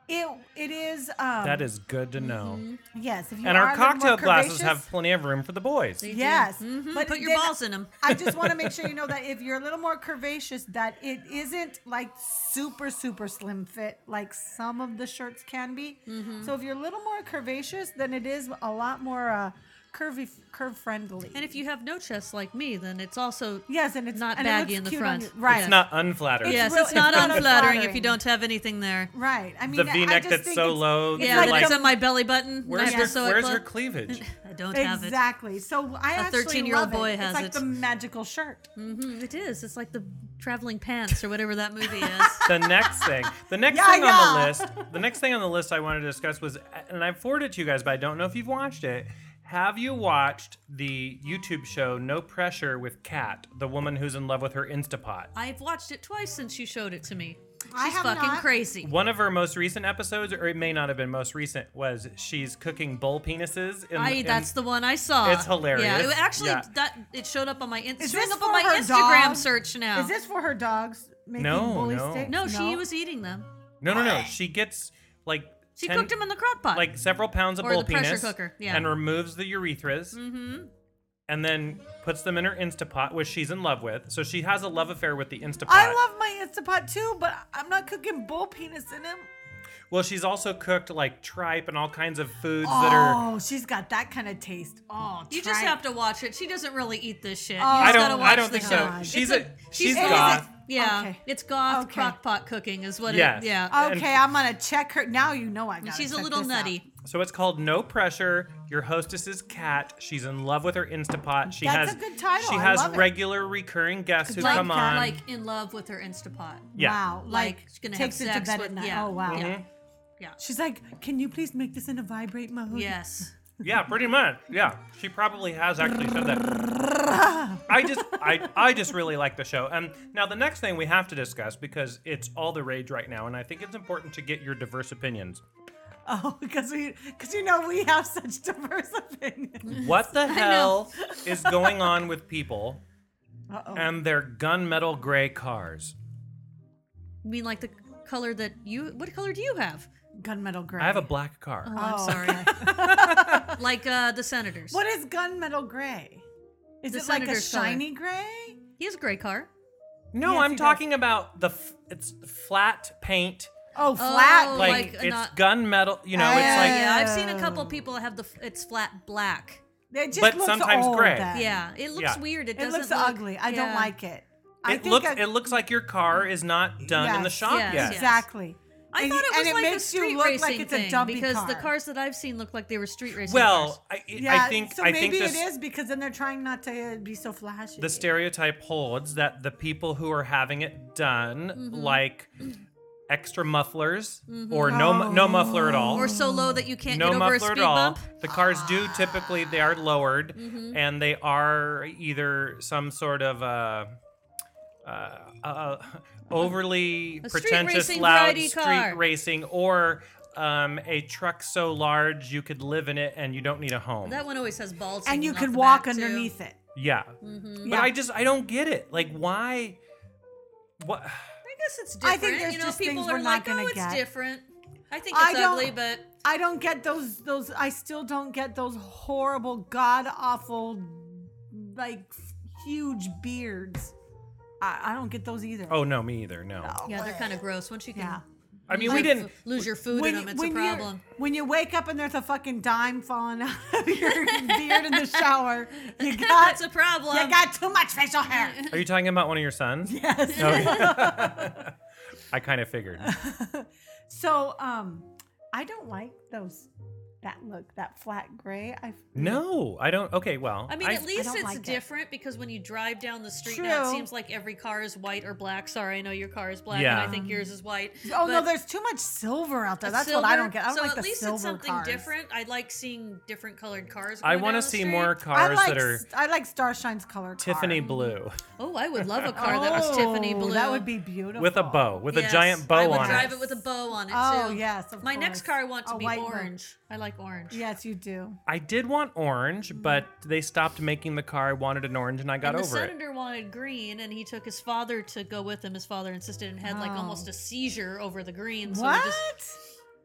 Speaker 3: it it is. Um,
Speaker 1: That is good to know.
Speaker 3: yes. If you
Speaker 1: And
Speaker 3: are
Speaker 1: our
Speaker 3: a little more
Speaker 1: cocktail glasses
Speaker 3: curvaceous-
Speaker 1: have plenty of room for the boys.
Speaker 2: They do.
Speaker 3: Yes, Mm-hmm.
Speaker 2: Mhm.
Speaker 3: but
Speaker 2: Put your
Speaker 3: then-
Speaker 2: balls in them.
Speaker 3: I just want to make sure you know that if you're a little more curvaceous, that it isn't like super, super slim fit like some of the shirts can be.
Speaker 2: Mm-hmm.
Speaker 3: So if you're a little more curvaceous, then it is a lot more uh, curvy, curve friendly.
Speaker 2: And if you have no chest like me, then it's also
Speaker 3: yes, and it's
Speaker 2: not
Speaker 3: and it
Speaker 2: baggy
Speaker 3: looks
Speaker 2: in the
Speaker 3: cute on
Speaker 2: front.
Speaker 3: you- right?
Speaker 1: It's not unflattering.
Speaker 2: yes,
Speaker 3: real-
Speaker 2: it's not
Speaker 3: it's not
Speaker 2: unflattering if you
Speaker 3: unflattering.
Speaker 2: don't have anything there.
Speaker 3: right. I mean,
Speaker 1: The
Speaker 3: I- I
Speaker 1: V-neck
Speaker 3: just
Speaker 1: that's
Speaker 3: think
Speaker 1: so
Speaker 3: it's-
Speaker 1: low,
Speaker 3: it's
Speaker 2: Yeah,
Speaker 1: like
Speaker 2: and
Speaker 1: the-
Speaker 2: it's on my belly button. I
Speaker 1: Where's,
Speaker 2: have
Speaker 1: her,
Speaker 2: to sew it
Speaker 1: where's her
Speaker 2: closed.
Speaker 1: cleavage?
Speaker 2: I don't have it.
Speaker 3: Exactly. So I actually
Speaker 2: 13-year-old
Speaker 3: love it.
Speaker 2: boy
Speaker 3: It's
Speaker 2: has
Speaker 3: like
Speaker 2: it.
Speaker 3: the magical shirt.
Speaker 2: Mhm, it is. It's like the traveling pants or whatever that movie is.
Speaker 1: the next thing, the next
Speaker 3: Yeah,
Speaker 1: thing on the
Speaker 3: yeah.
Speaker 1: list, the next thing on the list I wanted to discuss was, and I forwarded it to you guys, but I don't know if you've watched it. Have you watched the YouTube show No Pressure with Kat, the woman who's in love with her Instapot?
Speaker 2: I've watched it twice since you showed it to me. She's
Speaker 3: I have
Speaker 2: fucking
Speaker 3: not.
Speaker 2: crazy.
Speaker 1: One of her most recent episodes, or it may not have been most recent, was she's cooking bull penises. In,
Speaker 2: I,
Speaker 1: in-
Speaker 2: that's the one I saw.
Speaker 1: It's hilarious.
Speaker 2: Yeah, it actually
Speaker 1: Yeah.
Speaker 2: that it showed up on my in-
Speaker 3: Is
Speaker 2: showing
Speaker 3: this
Speaker 2: up on
Speaker 3: for
Speaker 2: my
Speaker 3: her
Speaker 2: Instagram
Speaker 3: dog?
Speaker 2: search now.
Speaker 3: Is this for her dogs? Making
Speaker 1: No,
Speaker 3: bully
Speaker 1: no.
Speaker 3: sticks?
Speaker 2: no, she was eating them.
Speaker 1: no, no, no. She gets like
Speaker 2: She
Speaker 1: 10
Speaker 2: cooked them in the crock pot.
Speaker 1: like several pounds of
Speaker 2: Or
Speaker 1: bull
Speaker 2: the pressure
Speaker 1: penis
Speaker 2: cooker, yeah.
Speaker 1: and removes the urethras
Speaker 3: Mm-hmm.
Speaker 1: and then puts them in her Instapot, which she's in love with. So she has a love affair with the Instapot.
Speaker 3: I love my Instapot too, but I'm not cooking bull penis in him.
Speaker 1: well, she's also cooked like tripe and all kinds of foods that are.
Speaker 3: Oh, she's got that kind of taste. Oh,
Speaker 2: you just
Speaker 3: tripe.
Speaker 2: have to watch it. She doesn't really eat this shit. you
Speaker 3: Oh.
Speaker 2: just
Speaker 3: I don't-
Speaker 2: gotta
Speaker 3: I
Speaker 2: watch
Speaker 1: don't
Speaker 2: the
Speaker 1: think
Speaker 2: show.
Speaker 1: so.
Speaker 2: It's
Speaker 1: She's
Speaker 2: a,
Speaker 1: a- she's
Speaker 2: it's
Speaker 1: goth.
Speaker 2: Yeah,
Speaker 3: Okay.
Speaker 2: it's goth
Speaker 3: Okay. Oh,
Speaker 2: crock pot cooking is what
Speaker 1: Yes.
Speaker 2: it. Yeah,
Speaker 1: and-
Speaker 3: Okay, I'm gonna check her now. You know I got.
Speaker 2: she's a little nutty.
Speaker 1: So it's called No Pressure. Your hostess is Kat. She's in love with her Instapot. She
Speaker 3: That's
Speaker 1: has
Speaker 3: a good title.
Speaker 1: She
Speaker 3: I
Speaker 1: has
Speaker 3: love it.
Speaker 1: regular recurring guests who
Speaker 2: like,
Speaker 1: come on.
Speaker 2: like in love with her Instapot.
Speaker 1: Yeah.
Speaker 3: Wow, like,
Speaker 2: Like, she's gonna
Speaker 3: takes
Speaker 2: have
Speaker 3: it to
Speaker 2: sex
Speaker 3: bed
Speaker 2: with-
Speaker 3: at night.
Speaker 2: yeah.
Speaker 3: Oh wow.
Speaker 2: Yeah.
Speaker 1: Mm-hmm.
Speaker 3: She's like, can you please make this in a vibrate mode?
Speaker 2: Yes.
Speaker 1: Yeah, pretty much. Yeah, she probably has actually said that. I just, I, I just really like the show. And now the next thing we have to discuss because it's all the rage right now, and I think it's important to get your diverse opinions.
Speaker 3: Oh, because we, because you know we have such diverse opinions.
Speaker 1: What the
Speaker 2: know.
Speaker 1: hell is going on with people
Speaker 3: Uh-oh.
Speaker 1: and their gunmetal gray cars?
Speaker 2: You mean like the color that you? What color do you have?
Speaker 3: Gunmetal gray.
Speaker 1: I have a black car.
Speaker 2: Oh, I'm
Speaker 3: Oh,
Speaker 2: sorry. like uh, the senators.
Speaker 3: What is gunmetal gray? Is
Speaker 2: The
Speaker 3: it like a
Speaker 2: senator's color.
Speaker 3: shiny gray?
Speaker 2: He has a gray car.
Speaker 1: No,
Speaker 3: Yes,
Speaker 1: I'm
Speaker 3: he does.
Speaker 1: talking about the f- it's flat paint,
Speaker 3: Oh, flat.
Speaker 2: Oh,
Speaker 1: like,
Speaker 2: like
Speaker 3: uh,
Speaker 1: it's
Speaker 2: not-
Speaker 1: gunmetal. You know,
Speaker 3: Yeah,
Speaker 1: it's like
Speaker 2: yeah, I've seen a couple
Speaker 3: Oh.
Speaker 2: people have the. f- It's flat black.
Speaker 3: it just
Speaker 1: but
Speaker 3: looks
Speaker 1: sometimes
Speaker 3: old
Speaker 1: gray.
Speaker 3: then.
Speaker 2: Yeah, it looks
Speaker 1: Yeah.
Speaker 2: weird. It
Speaker 3: It
Speaker 2: doesn't
Speaker 3: looks
Speaker 2: look,
Speaker 3: ugly. I
Speaker 2: yeah.
Speaker 3: don't like it. I
Speaker 1: it looks
Speaker 3: I-
Speaker 1: it looks like your car is not done in the
Speaker 3: Yes,
Speaker 1: shop yet.
Speaker 2: yes, yes.
Speaker 3: Exactly.
Speaker 2: I
Speaker 3: and,
Speaker 2: thought it
Speaker 3: you-
Speaker 2: was
Speaker 3: and it
Speaker 2: like a
Speaker 3: makes
Speaker 2: street
Speaker 3: you look
Speaker 2: racing
Speaker 3: like it's
Speaker 2: thing
Speaker 3: a dumpy
Speaker 2: because
Speaker 3: car.
Speaker 2: the cars that I've seen look like they were street racing. cars.
Speaker 1: Well, I, I-
Speaker 3: Yeah,
Speaker 1: I think
Speaker 3: so
Speaker 1: I think
Speaker 3: maybe
Speaker 1: this,
Speaker 3: it is because then they're trying not to be so flashy.
Speaker 1: the stereotype holds that the people who are having it done
Speaker 2: Mm-hmm.
Speaker 1: like extra mufflers or no mu- no muffler at all.
Speaker 2: Oh. or so low that you can't
Speaker 1: no
Speaker 2: get over a
Speaker 1: muffler at
Speaker 2: speed
Speaker 1: all.
Speaker 2: bump. Ah. Mm-hmm.
Speaker 1: The cars do typically they are lowered, and they are either some sort of uh, uh, uh, overly
Speaker 2: A street
Speaker 1: pretentious,
Speaker 2: racing
Speaker 1: loud
Speaker 2: variety
Speaker 1: street
Speaker 2: car.
Speaker 1: racing, or um, a truck so large you could live in it and you don't need a home.
Speaker 2: That one always has balls.
Speaker 3: and
Speaker 2: hanging
Speaker 3: you
Speaker 2: off
Speaker 3: could
Speaker 2: the
Speaker 3: walk
Speaker 2: back, too.
Speaker 3: underneath it.
Speaker 1: Yeah. But
Speaker 3: Yeah.
Speaker 1: I just I don't get it. Like why what
Speaker 2: I guess it's
Speaker 3: I
Speaker 2: different.
Speaker 3: think there's
Speaker 2: you know,
Speaker 3: just
Speaker 2: people
Speaker 3: things
Speaker 2: are
Speaker 3: we're not
Speaker 2: like,
Speaker 3: gonna
Speaker 2: oh, it's
Speaker 3: get."
Speaker 2: different. I think
Speaker 3: I
Speaker 2: it's
Speaker 3: don't-
Speaker 2: ugly, but
Speaker 3: I don't get those those I still don't get those horrible god awful like huge beards. I, I don't get those either.
Speaker 1: Oh no, me either. No.
Speaker 2: yeah, they're kind of gross. Once you can,
Speaker 3: Yeah.
Speaker 1: I mean,
Speaker 2: Lose
Speaker 1: we
Speaker 2: your
Speaker 1: didn't.
Speaker 2: fo- lose your food in them. It's a
Speaker 3: you're-
Speaker 2: problem.
Speaker 3: when you wake up and there's a fucking dime falling out of your beard in the shower, you got
Speaker 2: That's a problem.
Speaker 3: you got too much facial hair.
Speaker 1: Are you talking about one of your sons?
Speaker 3: Yes.
Speaker 1: Okay. I kind of figured.
Speaker 3: So um, I don't like those that look that flat gray. I
Speaker 1: No, I don't. Okay, well.
Speaker 2: I mean, at least
Speaker 3: don't
Speaker 2: it's
Speaker 3: like it.
Speaker 2: different because when you drive down the street now, it
Speaker 3: True.
Speaker 2: seems like every car is white or black. Sorry, I know your car is black, and
Speaker 1: Yeah.
Speaker 2: I think yours is white.
Speaker 3: Oh no,
Speaker 2: but-
Speaker 3: there's too much silver out there.
Speaker 2: a
Speaker 3: That's what
Speaker 2: silver-
Speaker 3: I don't get. I don't
Speaker 2: so
Speaker 3: like
Speaker 2: at
Speaker 3: the
Speaker 2: least
Speaker 3: silver
Speaker 2: it's something
Speaker 3: cars.
Speaker 2: different. I like seeing different colored cars.
Speaker 1: I
Speaker 2: going
Speaker 1: want to
Speaker 2: down the
Speaker 1: see
Speaker 2: street.
Speaker 1: more
Speaker 3: I
Speaker 1: cars
Speaker 3: like
Speaker 1: that are
Speaker 3: s- I like Starshine's color.
Speaker 1: Tiffany
Speaker 3: car.
Speaker 1: blue
Speaker 2: Oh, I would love a car that was
Speaker 3: Oh,
Speaker 2: Tiffany blue.
Speaker 3: That would be beautiful.
Speaker 1: with a bow, with
Speaker 2: Yes,
Speaker 1: a giant
Speaker 2: I
Speaker 1: bow
Speaker 2: would
Speaker 1: on
Speaker 2: drive
Speaker 1: it.
Speaker 2: it with a bow on it
Speaker 3: Oh
Speaker 2: too.
Speaker 3: yes, of
Speaker 2: My next
Speaker 3: course.
Speaker 2: car I want to
Speaker 3: A
Speaker 2: be
Speaker 3: white one.
Speaker 2: orange. I like orange.
Speaker 3: Yes, you do.
Speaker 1: I did want orange, but they stopped making the car. I wanted an orange, and I got
Speaker 2: and the
Speaker 1: over it.
Speaker 2: senator wanted green, and he took his father to go with him. His father insisted and had like
Speaker 3: Oh.
Speaker 2: almost a seizure over the green. So we
Speaker 3: what?
Speaker 2: just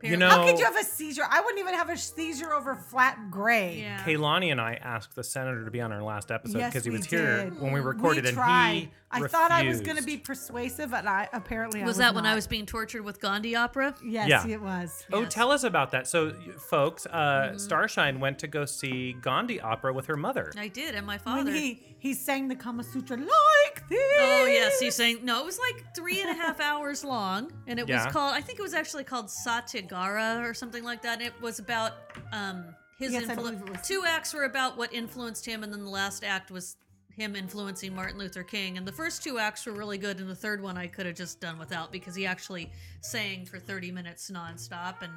Speaker 1: You
Speaker 2: apparently-
Speaker 1: know,
Speaker 3: How could you have a seizure? I wouldn't even have a seizure over flat gray.
Speaker 2: yeah.
Speaker 1: Kaylani and I asked the senator to be on our last episode
Speaker 3: Yes,
Speaker 1: because he
Speaker 3: we
Speaker 1: was here
Speaker 3: did.
Speaker 1: when we recorded,
Speaker 3: we
Speaker 1: and
Speaker 3: tried.
Speaker 1: he
Speaker 3: I thought I was going to
Speaker 1: refused.
Speaker 3: be persuasive, and I apparently I
Speaker 2: was that when I
Speaker 3: not.
Speaker 2: was being tortured with Gandhi opera?
Speaker 3: Yes,
Speaker 1: Yeah.
Speaker 3: it was.
Speaker 1: Oh,
Speaker 2: Yes.
Speaker 1: tell us about that. So, y- folks, uh, Starshine went to go see Gandhi opera with her mother.
Speaker 2: I did, and my father.
Speaker 3: When he he sang the Kama Sutra like this.
Speaker 2: Oh yes, he's saying no. It was like three and a half hours long, and it
Speaker 1: Yeah.
Speaker 2: was called. I think it was actually called Satyagara or something like that. And it was about um, his
Speaker 3: Yes, I
Speaker 2: influence.
Speaker 3: believe it was.
Speaker 2: Two acts were about what influenced him, and then the last act was him influencing Martin Luther King. And the first two acts were really good, and the third one I could have just done without because he actually sang for thirty minutes nonstop, and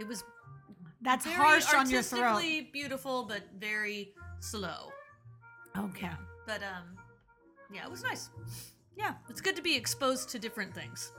Speaker 2: it was
Speaker 3: That's
Speaker 2: very
Speaker 3: harsh on your throat.
Speaker 2: artistically beautiful, but very slow.
Speaker 3: Okay.
Speaker 2: But um, yeah, it was nice. Yeah, it's good to be exposed to different things.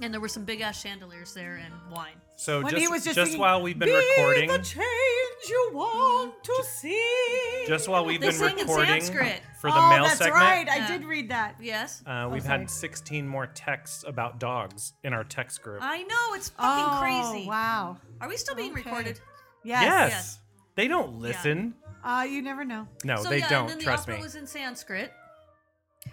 Speaker 2: And there were some big ass chandeliers there and wine.
Speaker 1: So,
Speaker 3: When
Speaker 1: just,
Speaker 3: he was just, singing,
Speaker 1: while we've been
Speaker 3: "Be
Speaker 1: recording,
Speaker 3: the change you want to see.
Speaker 1: just while we've
Speaker 2: They
Speaker 1: been
Speaker 2: sing in
Speaker 1: recording
Speaker 2: Sanskrit.
Speaker 1: for the
Speaker 3: oh,
Speaker 1: mail
Speaker 3: that's
Speaker 1: segment,
Speaker 3: right. I
Speaker 2: Yeah.
Speaker 3: did read that.
Speaker 2: Yes.
Speaker 1: uh, we've
Speaker 3: sorry.
Speaker 1: had 16 more texts about dogs in our text group.
Speaker 2: I know it's fucking
Speaker 3: Oh,
Speaker 2: crazy.
Speaker 3: Wow.
Speaker 2: Are we still being
Speaker 3: Okay.
Speaker 2: recorded?
Speaker 3: Yes.
Speaker 1: yes.
Speaker 2: yes.
Speaker 1: they don't listen.
Speaker 3: Uh, you never know.
Speaker 1: No,
Speaker 2: so
Speaker 1: they
Speaker 2: yeah, and
Speaker 1: don't.
Speaker 2: then
Speaker 1: Trust
Speaker 2: the opera
Speaker 1: me.
Speaker 2: was in Sanskrit.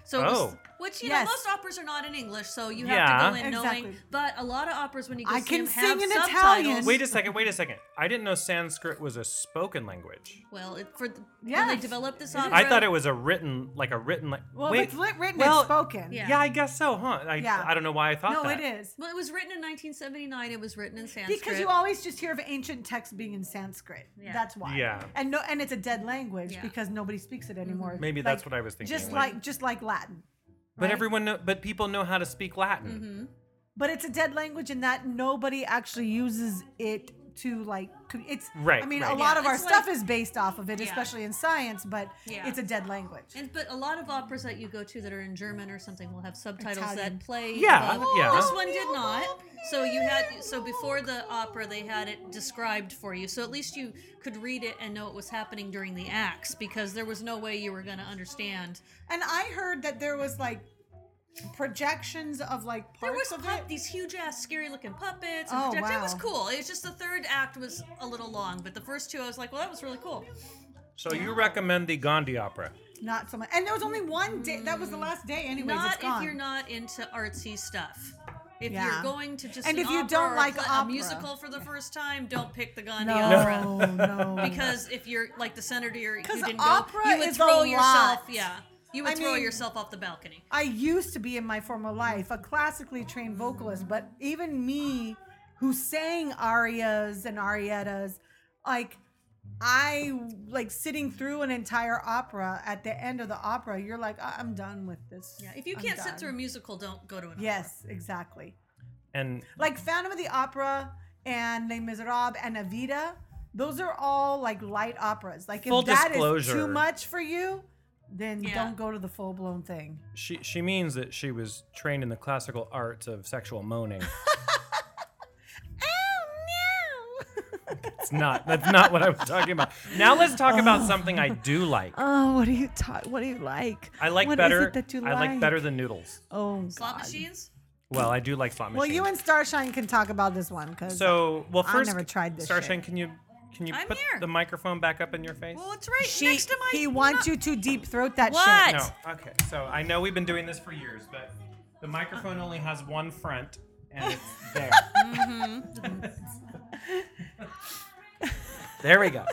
Speaker 2: So it was-
Speaker 1: Oh.
Speaker 2: which you
Speaker 3: Yes.
Speaker 2: know most operas are not in English, so you
Speaker 1: Yeah.
Speaker 2: have to go in knowing.
Speaker 3: Exactly.
Speaker 2: But a lot of operas when you go
Speaker 3: I
Speaker 2: see
Speaker 3: can
Speaker 2: them have
Speaker 3: sing in
Speaker 2: subtitles.
Speaker 3: Italian.
Speaker 1: Wait a second. Wait a second. I didn't know Sanskrit was a spoken language.
Speaker 2: Well, it, for the, when they
Speaker 3: Yes.
Speaker 2: developed this
Speaker 3: It is.
Speaker 2: opera,
Speaker 1: I thought it was a written, like a written, like.
Speaker 3: Well,
Speaker 1: wait,
Speaker 3: if it's lit, written,
Speaker 1: well,
Speaker 3: it's spoken.
Speaker 2: yeah.
Speaker 1: yeah. I guess so, huh? I,
Speaker 3: Yeah.
Speaker 1: I don't know why I thought
Speaker 3: No,
Speaker 1: that.
Speaker 3: it is.
Speaker 2: Well, it was written in 1979. It was written in Sanskrit.
Speaker 3: Because you always just hear of ancient texts being in Sanskrit.
Speaker 2: Yeah.
Speaker 3: That's why.
Speaker 1: Yeah.
Speaker 3: And no, and it's a dead language
Speaker 2: Yeah. Mm-hmm.
Speaker 3: because nobody speaks it anymore.
Speaker 1: Maybe that's what I was thinking.
Speaker 3: Just like just like Latin.
Speaker 1: But
Speaker 3: right? Mm-hmm.
Speaker 1: everyone, know, but people know how to speak Latin.
Speaker 3: But it's a dead language in that nobody actually uses it to like co- it's
Speaker 1: Right,
Speaker 3: I mean
Speaker 1: right.
Speaker 3: a lot
Speaker 2: Yeah,
Speaker 3: of our
Speaker 2: it's
Speaker 3: stuff
Speaker 2: like-
Speaker 3: is based off of it,
Speaker 2: Yeah.
Speaker 3: especially in science, but
Speaker 2: Yeah.
Speaker 3: it's a dead language.
Speaker 2: And but a
Speaker 3: Mm.
Speaker 2: lot of operas that you go to that are in German or something will have subtitles
Speaker 3: Italian.
Speaker 2: that play.
Speaker 1: Yeah,
Speaker 2: above.
Speaker 1: yeah.
Speaker 2: This one did not. So you had so before the opera they had it described for you. So at least you could read it and know what was happening during the acts because there was no way you were going to understand.
Speaker 3: And I heard that there was like projections of like parts
Speaker 2: There was
Speaker 3: of
Speaker 2: pup-
Speaker 3: it.
Speaker 2: these huge ass scary looking puppets.
Speaker 3: Oh,
Speaker 2: And project- It was
Speaker 3: wow.
Speaker 2: cool. It was just the third act was a little long, but the first two I was like, well, that was really cool.
Speaker 1: So you recommend the Gandhi opera?
Speaker 3: Not so much. And there was only one day. That was the last day, anyways.
Speaker 2: not
Speaker 3: it's gone.
Speaker 2: if you're not into artsy stuff. If
Speaker 3: Yeah.
Speaker 2: you're going to just
Speaker 3: And
Speaker 2: an
Speaker 3: if you
Speaker 2: opera
Speaker 3: don't
Speaker 2: or
Speaker 3: like
Speaker 2: pla- a
Speaker 3: opera.
Speaker 2: musical for the first time, don't pick the Gandhi opera
Speaker 3: no, no.
Speaker 2: because if you're like the senator, you're, you
Speaker 3: 'Cause
Speaker 2: didn't
Speaker 3: opera
Speaker 2: go. You would
Speaker 3: is a
Speaker 2: throw yourself.
Speaker 3: lot.
Speaker 2: Yeah, you would
Speaker 3: I
Speaker 2: throw
Speaker 3: mean-
Speaker 2: yourself off the balcony.
Speaker 3: I used to be in my former life a classically trained vocalist, but even me, who sang arias and arietas, like I like sitting through an entire opera. At the end of the opera, you're like, I- I'm done with this.
Speaker 2: Yeah, if you
Speaker 3: I'm
Speaker 2: can't sit
Speaker 3: done."
Speaker 2: through a musical, don't go to an
Speaker 3: Yes, exactly.
Speaker 1: And
Speaker 3: like Phantom of the Opera and Les Miserables and Evita, those are all like light operas. Like
Speaker 1: Full
Speaker 3: if that is
Speaker 1: disclosure.
Speaker 3: too much for you, then
Speaker 2: Yeah.
Speaker 3: don't go to the full blown thing.
Speaker 1: she she means that she was trained in the classical arts of sexual moaning.
Speaker 3: Oh no!
Speaker 1: It's not. That's not what I was talking about. Now let's talk about something I do like.
Speaker 3: Oh, what do you ta- What do you like?
Speaker 1: I like
Speaker 3: What is
Speaker 1: better.
Speaker 3: it that you
Speaker 1: I like better than noodles.
Speaker 3: Oh,
Speaker 2: opera. Slot
Speaker 3: God.
Speaker 2: machines.
Speaker 1: Well, I do like slot machines.
Speaker 3: Well, you and Starshine can talk about this one because
Speaker 1: so well
Speaker 3: I've
Speaker 1: first.
Speaker 3: never tried this
Speaker 1: Starshine,
Speaker 3: shit.
Speaker 1: can you can you
Speaker 2: I'm
Speaker 1: put
Speaker 2: here.
Speaker 1: the microphone back up in your face?
Speaker 2: Well, it's right
Speaker 3: she,
Speaker 2: next to my.
Speaker 3: he wants you to deep throat that
Speaker 2: What?
Speaker 3: shit.
Speaker 1: No. Okay. So I know we've been doing this for years, but the microphone only has one front, and it's there.
Speaker 4: There we go.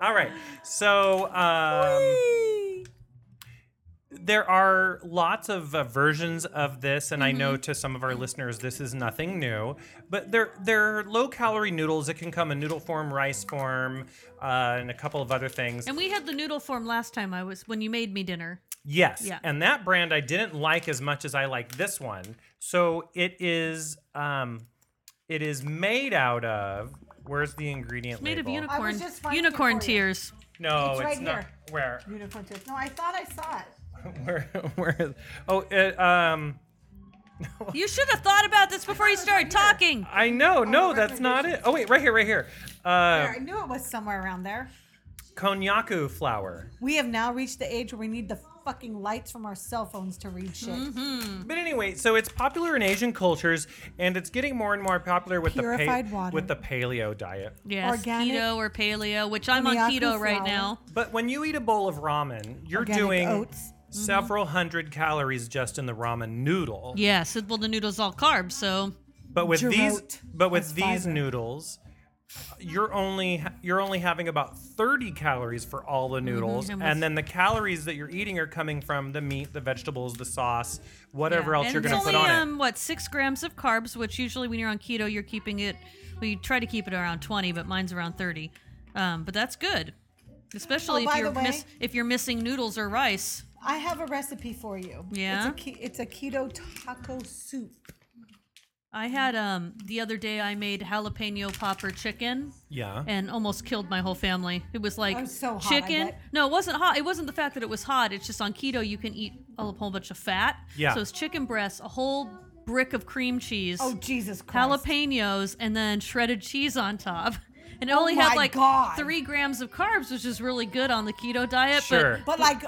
Speaker 1: All right. So um, there are lots of uh, versions of this, and I know to some of our listeners this is nothing new. But they're they're low calorie noodles. It can come in noodle form, rice form, uh, and a couple of other things.
Speaker 2: And we had the noodle form last time I was when you made me dinner.
Speaker 1: Yes.
Speaker 2: Yeah.
Speaker 1: And that brand I didn't like as much as I like this one. So it is um it is made out of where's the ingredient
Speaker 2: Made of
Speaker 1: label?
Speaker 2: unicorn
Speaker 3: just finding it
Speaker 2: unicorn
Speaker 3: for you.
Speaker 2: tears.
Speaker 1: No,
Speaker 3: It's
Speaker 1: it's,
Speaker 3: right
Speaker 1: not.
Speaker 3: here.
Speaker 1: Where?
Speaker 3: Unicorn tooth. No, I thought I saw it.
Speaker 1: Where? Where? Is, oh, it, um
Speaker 2: You should have thought about this before you started talking.
Speaker 1: I know. No, that's not it. Oh wait, right here, right here. Uh
Speaker 3: Oh, There, I knew it was somewhere around there.
Speaker 1: konyaku flour.
Speaker 3: We have now reached the age where we need the fucking lights from our cell phones to read shit.
Speaker 2: Mm-hmm.
Speaker 3: Hmm.
Speaker 1: But anyway, so it's popular in Asian cultures and it's getting more and more popular with the
Speaker 3: Purified
Speaker 1: pa-
Speaker 3: water.
Speaker 1: with the paleo diet.
Speaker 2: Yes,
Speaker 3: Organic-
Speaker 2: keto or paleo, which I'm on
Speaker 3: Konyaku
Speaker 2: keto right
Speaker 3: flour.
Speaker 2: now.
Speaker 1: But when you eat a bowl of ramen, you're
Speaker 3: Organic
Speaker 1: doing
Speaker 3: oats.
Speaker 2: Mm-hmm.
Speaker 1: several hundred calories just in the ramen noodle.
Speaker 2: Yes, it- well the noodle's all carbs, so
Speaker 1: But with these
Speaker 3: Gerote
Speaker 1: but with
Speaker 3: has
Speaker 1: these
Speaker 3: fiber.
Speaker 1: noodles, you're only you're only having about 30 calories for all
Speaker 2: Mm-hmm,
Speaker 1: the noodles
Speaker 2: and with-
Speaker 1: and then the calories that you're eating are coming from the meat, the vegetables, the sauce, whatever
Speaker 2: Yeah.
Speaker 1: else
Speaker 2: and
Speaker 1: you're going to
Speaker 2: it's
Speaker 1: put
Speaker 2: only,
Speaker 1: on
Speaker 2: um, What six grams of carbs? Which usually when you're on keto, you're keeping it. We try to keep it around twenty, but mine's around thirty. Um, but that's good, especially
Speaker 3: Oh,
Speaker 2: if
Speaker 3: by
Speaker 2: you're
Speaker 3: the way-
Speaker 2: miss, if you're missing noodles or rice.
Speaker 3: I have a recipe for you.
Speaker 2: Yeah?
Speaker 3: It's a, ke- it's a keto taco soup.
Speaker 2: I had um the other day I made jalapeno popper chicken
Speaker 1: it. Yeah.
Speaker 2: and almost killed my whole family. It was like
Speaker 3: I'm so hot, I
Speaker 2: chicken.
Speaker 3: bet.
Speaker 2: No, it wasn't hot. It wasn't the fact that it was hot. It's just on keto you can eat a whole bunch of fat.
Speaker 1: Yeah.
Speaker 2: So it's chicken breasts, a whole brick of cream cheese.
Speaker 3: Oh Jesus Christ!
Speaker 2: jalapenos and then shredded cheese on top. And it
Speaker 3: Oh
Speaker 2: only had
Speaker 3: my
Speaker 2: like
Speaker 3: God.
Speaker 2: three grams of carbs, which is really good on the keto diet.
Speaker 1: Sure.
Speaker 3: But like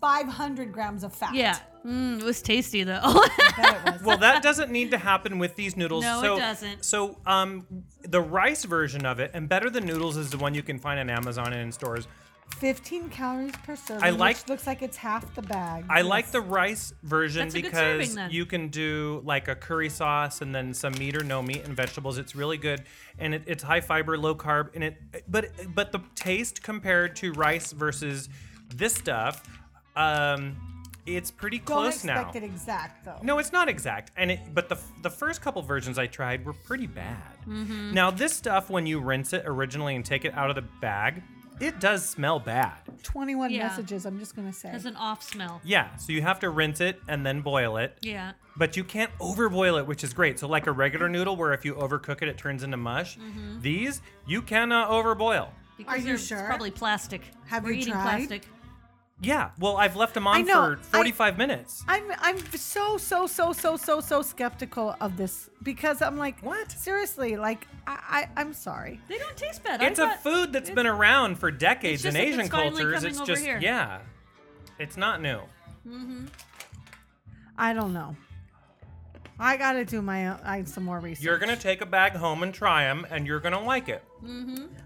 Speaker 3: 500 grams of fat.
Speaker 2: But yeah, mm, it was tasty though.
Speaker 3: That it was.
Speaker 1: well, that doesn't need to happen with these noodles.
Speaker 2: No, it
Speaker 1: so,
Speaker 2: doesn't.
Speaker 1: So, um, the rice version of it, and better than noodles, is the one you can find on Amazon and in stores.
Speaker 3: 15 calories per serving.
Speaker 1: I
Speaker 3: I
Speaker 1: like-
Speaker 3: like. Which looks like it's half the bag.
Speaker 1: I like the rice version
Speaker 2: That's a good serving,
Speaker 1: because
Speaker 2: then.
Speaker 1: you can do like a curry sauce and then some meat or no meat and vegetables. It's really good, and it, it's high fiber, low carb, and it. But but the taste compared to rice versus this stuff, um, it's pretty
Speaker 3: Don't
Speaker 1: close now.
Speaker 3: expect it exact though.
Speaker 1: No, it's not exact, and it, but the the first couple versions I tried were pretty bad.
Speaker 2: Mm-hmm.
Speaker 1: Now this stuff, when you rinse it originally and take it out of the bag, it does smell bad.
Speaker 3: 21
Speaker 2: Yeah.
Speaker 3: messages. I'm just gonna say.
Speaker 2: Has an off smell.
Speaker 1: Yeah, so you have to rinse it and then boil it,
Speaker 2: Yeah.
Speaker 1: but you can't overboil it, which is great. So like a regular noodle, where if you overcook it, it turns into mush.
Speaker 2: Mm-hmm.
Speaker 1: These you cannot overboil.
Speaker 2: Because
Speaker 3: Are you
Speaker 2: they're- it's
Speaker 3: sure?
Speaker 2: probably plastic.
Speaker 3: Have
Speaker 2: We're
Speaker 3: you
Speaker 2: eating
Speaker 3: tried?
Speaker 2: plastic.
Speaker 1: Yeah, well I've left them
Speaker 3: I
Speaker 1: on
Speaker 3: know,
Speaker 1: for
Speaker 3: I-
Speaker 1: 45 minutes.
Speaker 3: I'm I'm so so so so so so skeptical of this because I'm like
Speaker 1: What?
Speaker 3: seriously like I, I I'm sorry
Speaker 2: They don't taste bad. I
Speaker 1: It's a
Speaker 2: thought-
Speaker 1: food that's
Speaker 2: it's-
Speaker 1: been around for decades
Speaker 2: just
Speaker 1: in
Speaker 2: that it's
Speaker 1: Asian
Speaker 2: finally
Speaker 1: cultures.
Speaker 2: coming
Speaker 1: It's
Speaker 2: over
Speaker 1: just
Speaker 2: here.
Speaker 1: yeah, it's not new.
Speaker 3: I don't know I gotta do my own, I some more research
Speaker 1: You're gonna take a bag home and try them, and you're gonna like it.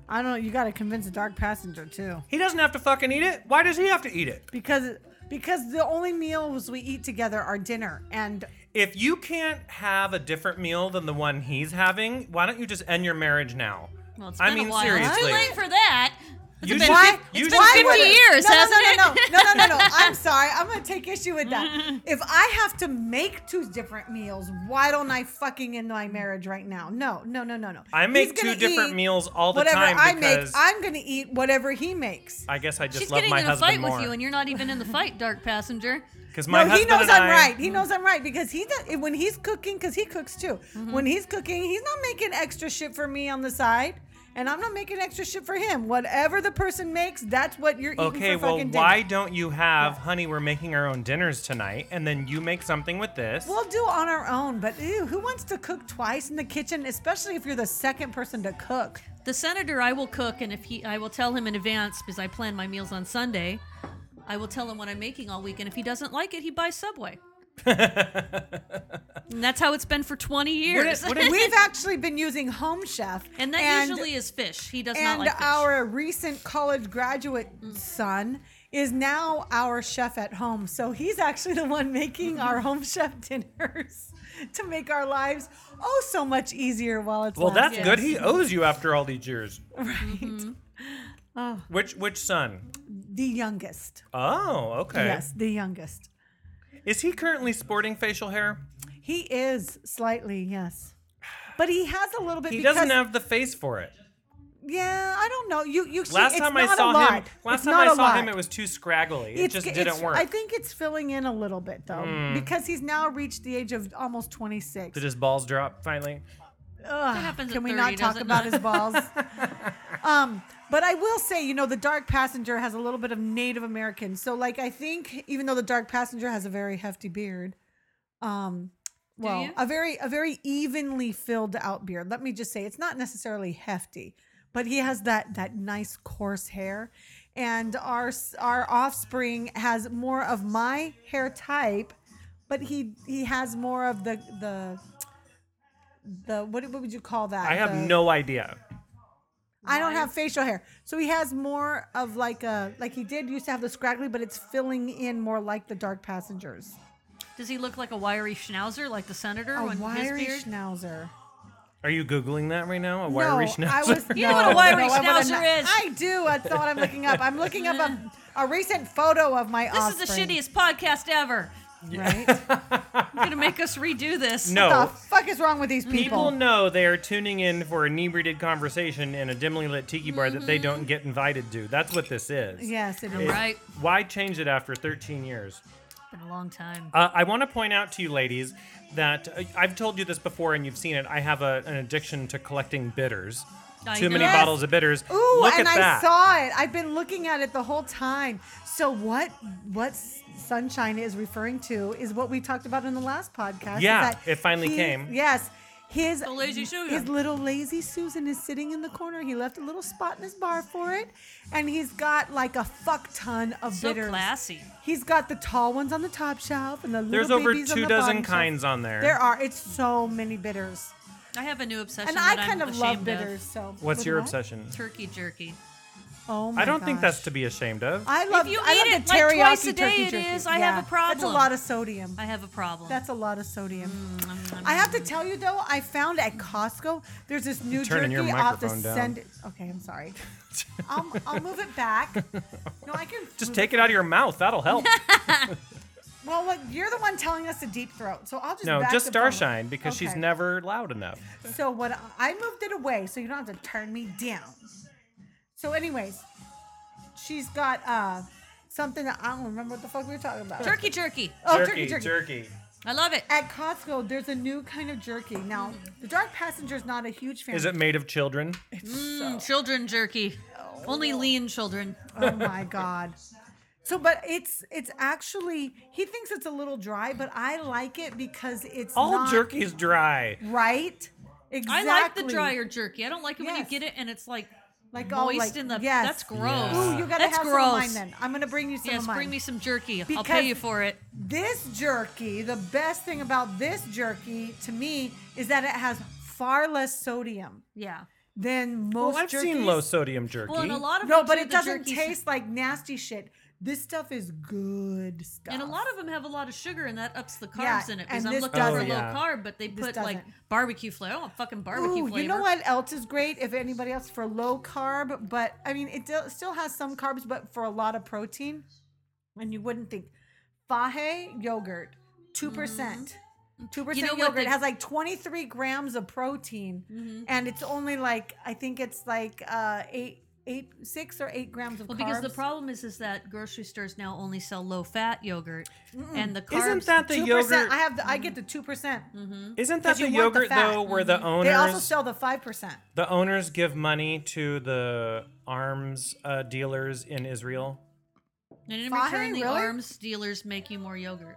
Speaker 3: I don't know you gotta convince a dark passenger too
Speaker 1: He doesn't have to fucking eat it. Why does he have to eat it?
Speaker 3: because because the only meals we eat together are dinner and
Speaker 1: If you can't have a different meal than the one he's having, why don't you just end your marriage now?
Speaker 2: Well, it's
Speaker 1: I
Speaker 2: been
Speaker 1: mean,
Speaker 2: a while. It's
Speaker 1: seriously.
Speaker 2: too late for that. It's
Speaker 1: You
Speaker 2: been
Speaker 1: should-
Speaker 2: fif-
Speaker 1: you
Speaker 2: it's
Speaker 1: should-
Speaker 2: been
Speaker 1: Why
Speaker 2: 50
Speaker 1: would-
Speaker 2: years,
Speaker 3: no, no,
Speaker 2: hasn't
Speaker 3: no,
Speaker 2: it?
Speaker 3: no, no, no, no, no, no. I'm sorry. I'm gonna take issue with that. If I have to make two different meals, why don't I fucking end my marriage right now? No, no, no, no, no.
Speaker 1: I make
Speaker 3: He's gonna
Speaker 1: two different
Speaker 3: eat
Speaker 1: meals all the
Speaker 3: whatever
Speaker 1: time
Speaker 3: I make,
Speaker 1: because-
Speaker 3: I'm gonna eat whatever he makes.
Speaker 1: I guess I just
Speaker 2: She's
Speaker 1: love
Speaker 2: getting
Speaker 1: my
Speaker 2: in a
Speaker 1: husband
Speaker 2: fight
Speaker 1: more.
Speaker 2: with you, and you're not even in the fight, dark passenger.
Speaker 1: Because my
Speaker 3: no, he
Speaker 1: husband
Speaker 3: knows
Speaker 1: and
Speaker 3: I'm
Speaker 1: I- Mm-hmm.
Speaker 3: right. He knows I'm right because he does, when he's cooking, because he cooks too.
Speaker 2: Mm-hmm.
Speaker 3: When he's cooking, he's not making extra shit for me on the side. And I'm not making extra shit for him. Whatever the person makes, that's what you're eating
Speaker 1: Okay,
Speaker 3: for
Speaker 1: well,
Speaker 3: fucking dinner.
Speaker 1: why don't you have, honey? We're making our own dinners tonight, and then you make something with this.
Speaker 3: We'll do on our own, but ew, who wants to cook twice in the kitchen, especially if you're the second person to cook?
Speaker 2: The senator, I will cook, and if he, I will tell him in advance because I plan my meals on Sunday. I will tell him what I'm making all week, and if he doesn't like it, he buys Subway. and that's how it's been for 20 years.
Speaker 1: What if-
Speaker 3: We've actually been using Home Chef,
Speaker 2: and that usually is fish. Mm. He does not
Speaker 3: and
Speaker 2: like fish.
Speaker 3: our recent college graduate son is now our chef at home. So he's actually the one making our home chef dinners to make our lives oh so much easier while it's
Speaker 1: Well, that's
Speaker 3: lasting.
Speaker 1: good. He owes you after all these years.
Speaker 3: right. Oh,
Speaker 1: Which which son?
Speaker 3: the youngest.
Speaker 1: Oh, okay.
Speaker 3: Yes, the youngest.
Speaker 1: Is he currently sporting facial hair?
Speaker 3: He is slightly yes, but he has a little bit.
Speaker 1: He
Speaker 3: because,
Speaker 1: doesn't have the face for it.
Speaker 3: Yeah, I don't know. You you. see,
Speaker 1: Last
Speaker 3: it's
Speaker 1: time I
Speaker 3: not a
Speaker 1: saw him,
Speaker 3: lot.
Speaker 1: last
Speaker 3: It's
Speaker 1: time
Speaker 3: not
Speaker 1: I
Speaker 3: a
Speaker 1: saw him,
Speaker 3: lot.
Speaker 1: it was too scraggly. It
Speaker 3: It's-
Speaker 1: just
Speaker 3: it's-
Speaker 1: didn't work. Hmm.
Speaker 3: I think it's filling in a little bit though, because he's now reached the age of almost 26.
Speaker 1: Did his balls drop finally?
Speaker 3: Ugh,
Speaker 2: happens
Speaker 3: can
Speaker 2: at
Speaker 3: we
Speaker 2: 30,
Speaker 3: not talk
Speaker 2: does it
Speaker 3: about
Speaker 2: not?
Speaker 3: his balls? um, but I will say, you know, the Dark Passenger has a little bit of Native American. So, like, I think even though the Dark Passenger has a very hefty beard, um, well,
Speaker 2: you?
Speaker 3: a very a very evenly filled out beard. Let me just say, it's not necessarily hefty, but he has that that nice coarse hair, and our s- our offspring has more of my hair type, but he he has more of the the the what, what would you call that?
Speaker 1: I have
Speaker 3: The-
Speaker 1: no idea.
Speaker 3: I don't have facial hair, so he has more of like a like he did used to have the scraggly, but it's filling in more like the dark passengers.
Speaker 2: Does he look like a wiry schnauzer, like the senator?
Speaker 3: A
Speaker 2: when
Speaker 3: wiry
Speaker 2: Oh, his beard?
Speaker 3: schnauzer.
Speaker 1: Are you googling that right now? A wiry
Speaker 3: no,
Speaker 1: schnauzer.
Speaker 3: I was,
Speaker 2: You know what a wiry
Speaker 3: I would've
Speaker 2: schnauzer
Speaker 3: not-
Speaker 2: is.
Speaker 3: I do. That's not what I'm looking up. I'm looking up a, a recent photo of my
Speaker 2: this
Speaker 3: offspring,
Speaker 2: is the shittiest podcast ever.
Speaker 3: Right?
Speaker 2: You're gonna make us redo this.
Speaker 3: what
Speaker 1: no.
Speaker 3: the fuck is wrong with these
Speaker 1: Oh. People
Speaker 3: people?
Speaker 1: know they are tuning in for an inebriated conversation in a dimly lit tiki bar that
Speaker 3: Mm-hmm.
Speaker 1: they don't get invited to. That's what this is.
Speaker 3: yes, it is.
Speaker 1: It-
Speaker 2: Right.
Speaker 1: Why change it after 13 years?
Speaker 2: It's been a long time.
Speaker 1: Uh, I want to point out to you, ladies, that uh, I've told you this before and you've seen it. I have a, an addiction to collecting bitters.
Speaker 2: I
Speaker 1: Too many
Speaker 2: know.
Speaker 1: bottles of bitters.
Speaker 3: Ooh,
Speaker 1: Look
Speaker 3: and
Speaker 1: at
Speaker 3: I
Speaker 1: that.
Speaker 3: saw it. I've been looking at it the whole time. So what what S- sunshine is referring to is what we talked about in the last podcast. is
Speaker 1: Yeah,
Speaker 3: that
Speaker 1: it finally
Speaker 3: he-
Speaker 1: came.
Speaker 3: Yes. His
Speaker 2: The lazy Susan.
Speaker 3: his little lazy Susan is sitting in the corner. He left a little spot in his bar for it, and he's got like a fuck ton of
Speaker 2: so
Speaker 3: bitters.
Speaker 2: classy.
Speaker 3: He's got the tall ones on the top shelf and the little
Speaker 1: There's over
Speaker 3: babies on
Speaker 1: two
Speaker 3: the
Speaker 1: dozen
Speaker 3: bottom shelf.
Speaker 1: kinds on there.
Speaker 3: There are. It's so many bitters,
Speaker 2: I have a new obsession.
Speaker 3: and
Speaker 2: that
Speaker 3: I kind
Speaker 2: I'm
Speaker 3: of love
Speaker 2: ashamed
Speaker 3: bitters.
Speaker 2: Of.
Speaker 3: So
Speaker 1: What's
Speaker 3: with
Speaker 1: your
Speaker 3: what?
Speaker 1: obsession?
Speaker 2: Turkey jerky.
Speaker 3: Oh my
Speaker 1: I don't think
Speaker 3: gosh.
Speaker 1: that's to be ashamed of.
Speaker 3: I love.
Speaker 2: If you
Speaker 3: I
Speaker 2: eat
Speaker 3: love
Speaker 2: it,
Speaker 3: the
Speaker 2: like,
Speaker 3: teriyaki
Speaker 2: twice a day
Speaker 3: turkey
Speaker 2: it
Speaker 3: jerkey.
Speaker 2: is, I have a
Speaker 3: That's a
Speaker 2: problem.
Speaker 3: lot of sodium.
Speaker 2: I have a problem.
Speaker 3: That's a lot of sodium.
Speaker 2: Mm,
Speaker 3: I have to tell you though, I found at Costco there's this new
Speaker 1: turning
Speaker 3: jerky
Speaker 1: your
Speaker 3: off the
Speaker 1: microphone down.
Speaker 3: send. Okay, I'm sorry. I'll, I'll move it back. No, I can
Speaker 1: Just
Speaker 3: move
Speaker 1: take it out of your mouth. That'll help.
Speaker 3: Well, look, you're the one telling us to deep throat, so I'll just
Speaker 1: No,
Speaker 3: back
Speaker 1: just
Speaker 3: the phone.
Speaker 1: Starshine because she's
Speaker 3: Okay.
Speaker 1: never loud enough.
Speaker 3: So what? I- I moved it away, so you don't have to turn me down. So, anyways, she's got uh something that I don't remember what the fuck we were talking about.
Speaker 2: Turkey jerky.
Speaker 3: Oh, turkey, jerky.
Speaker 2: I love it.
Speaker 3: At Costco, there's a new kind of jerky. Now, the dark passenger's not a huge fan.
Speaker 1: Is it made of children?
Speaker 2: Mm, children jerky. Only lean children.
Speaker 3: Oh my god. So, but it's it's actually he thinks it's a little dry, but I like it because it's
Speaker 1: All
Speaker 3: not
Speaker 1: jerky's dry.
Speaker 3: right. Exactly.
Speaker 2: I like the drier jerky. I don't like it when you
Speaker 3: Yes.
Speaker 2: get it and it's like
Speaker 3: like all
Speaker 2: moist
Speaker 3: like-
Speaker 2: in the.
Speaker 3: yes.
Speaker 2: That's gross.
Speaker 1: Yeah.
Speaker 3: Ooh, you gotta
Speaker 2: That's
Speaker 3: have
Speaker 2: gross.
Speaker 3: some of mine then. I'm gonna bring you some
Speaker 2: Yes,
Speaker 3: of mine.
Speaker 2: bring me some jerky. I'll
Speaker 3: Because-
Speaker 2: pay you for it.
Speaker 3: This jerky, the best thing about this jerky to me is that it has far less sodium
Speaker 2: Yeah.
Speaker 3: than most
Speaker 1: Well, I've
Speaker 3: jerkies.
Speaker 1: seen low sodium jerky.
Speaker 2: Well, and a lot of
Speaker 3: No,
Speaker 2: them
Speaker 3: but
Speaker 2: do
Speaker 3: it
Speaker 2: the
Speaker 3: doesn't
Speaker 2: jerky-
Speaker 3: taste like nasty shit. This stuff is good stuff.
Speaker 2: And a lot of them have a lot of sugar, and that ups the carbs
Speaker 3: Yeah,
Speaker 2: in it.
Speaker 3: and
Speaker 2: Because I'm
Speaker 3: this
Speaker 2: looking for
Speaker 1: doesn't.
Speaker 2: low
Speaker 1: Oh, yeah.
Speaker 2: carb, but they
Speaker 3: This
Speaker 2: put like
Speaker 3: doesn't.
Speaker 2: barbecue flavor. I want fucking barbecue
Speaker 3: Ooh,
Speaker 2: flavor.
Speaker 3: you know what else is great? If anybody else for low carb, but I mean, it do- still has some carbs, but for a lot of protein, and you wouldn't think. Fahe yogurt, two percent, two
Speaker 2: Mm-hmm. You know
Speaker 3: percent
Speaker 2: what
Speaker 3: yogurt.
Speaker 2: the- Mm-hmm.
Speaker 3: It has like twenty three grams of protein, and it's only like I think it's like uh, eight, eight, six or eight grams of
Speaker 2: Well,
Speaker 3: carbs.
Speaker 2: because the problem is, is that grocery stores now only sell low-fat yogurt, and the carbs.
Speaker 1: Isn't that the
Speaker 3: 2%,
Speaker 1: yogurt?
Speaker 3: I have the, I get the two percent.
Speaker 2: Mm-hmm.
Speaker 1: isn't that
Speaker 3: 'Cause you
Speaker 1: the
Speaker 3: want the
Speaker 1: yogurt
Speaker 3: fat.
Speaker 1: though, where the owners
Speaker 3: They also sell the five percent.
Speaker 1: the owners give money to the arms uh, dealers in Israel?
Speaker 2: And in
Speaker 3: Fahe,
Speaker 2: return, the
Speaker 3: really?
Speaker 2: arms dealers make you more yogurt.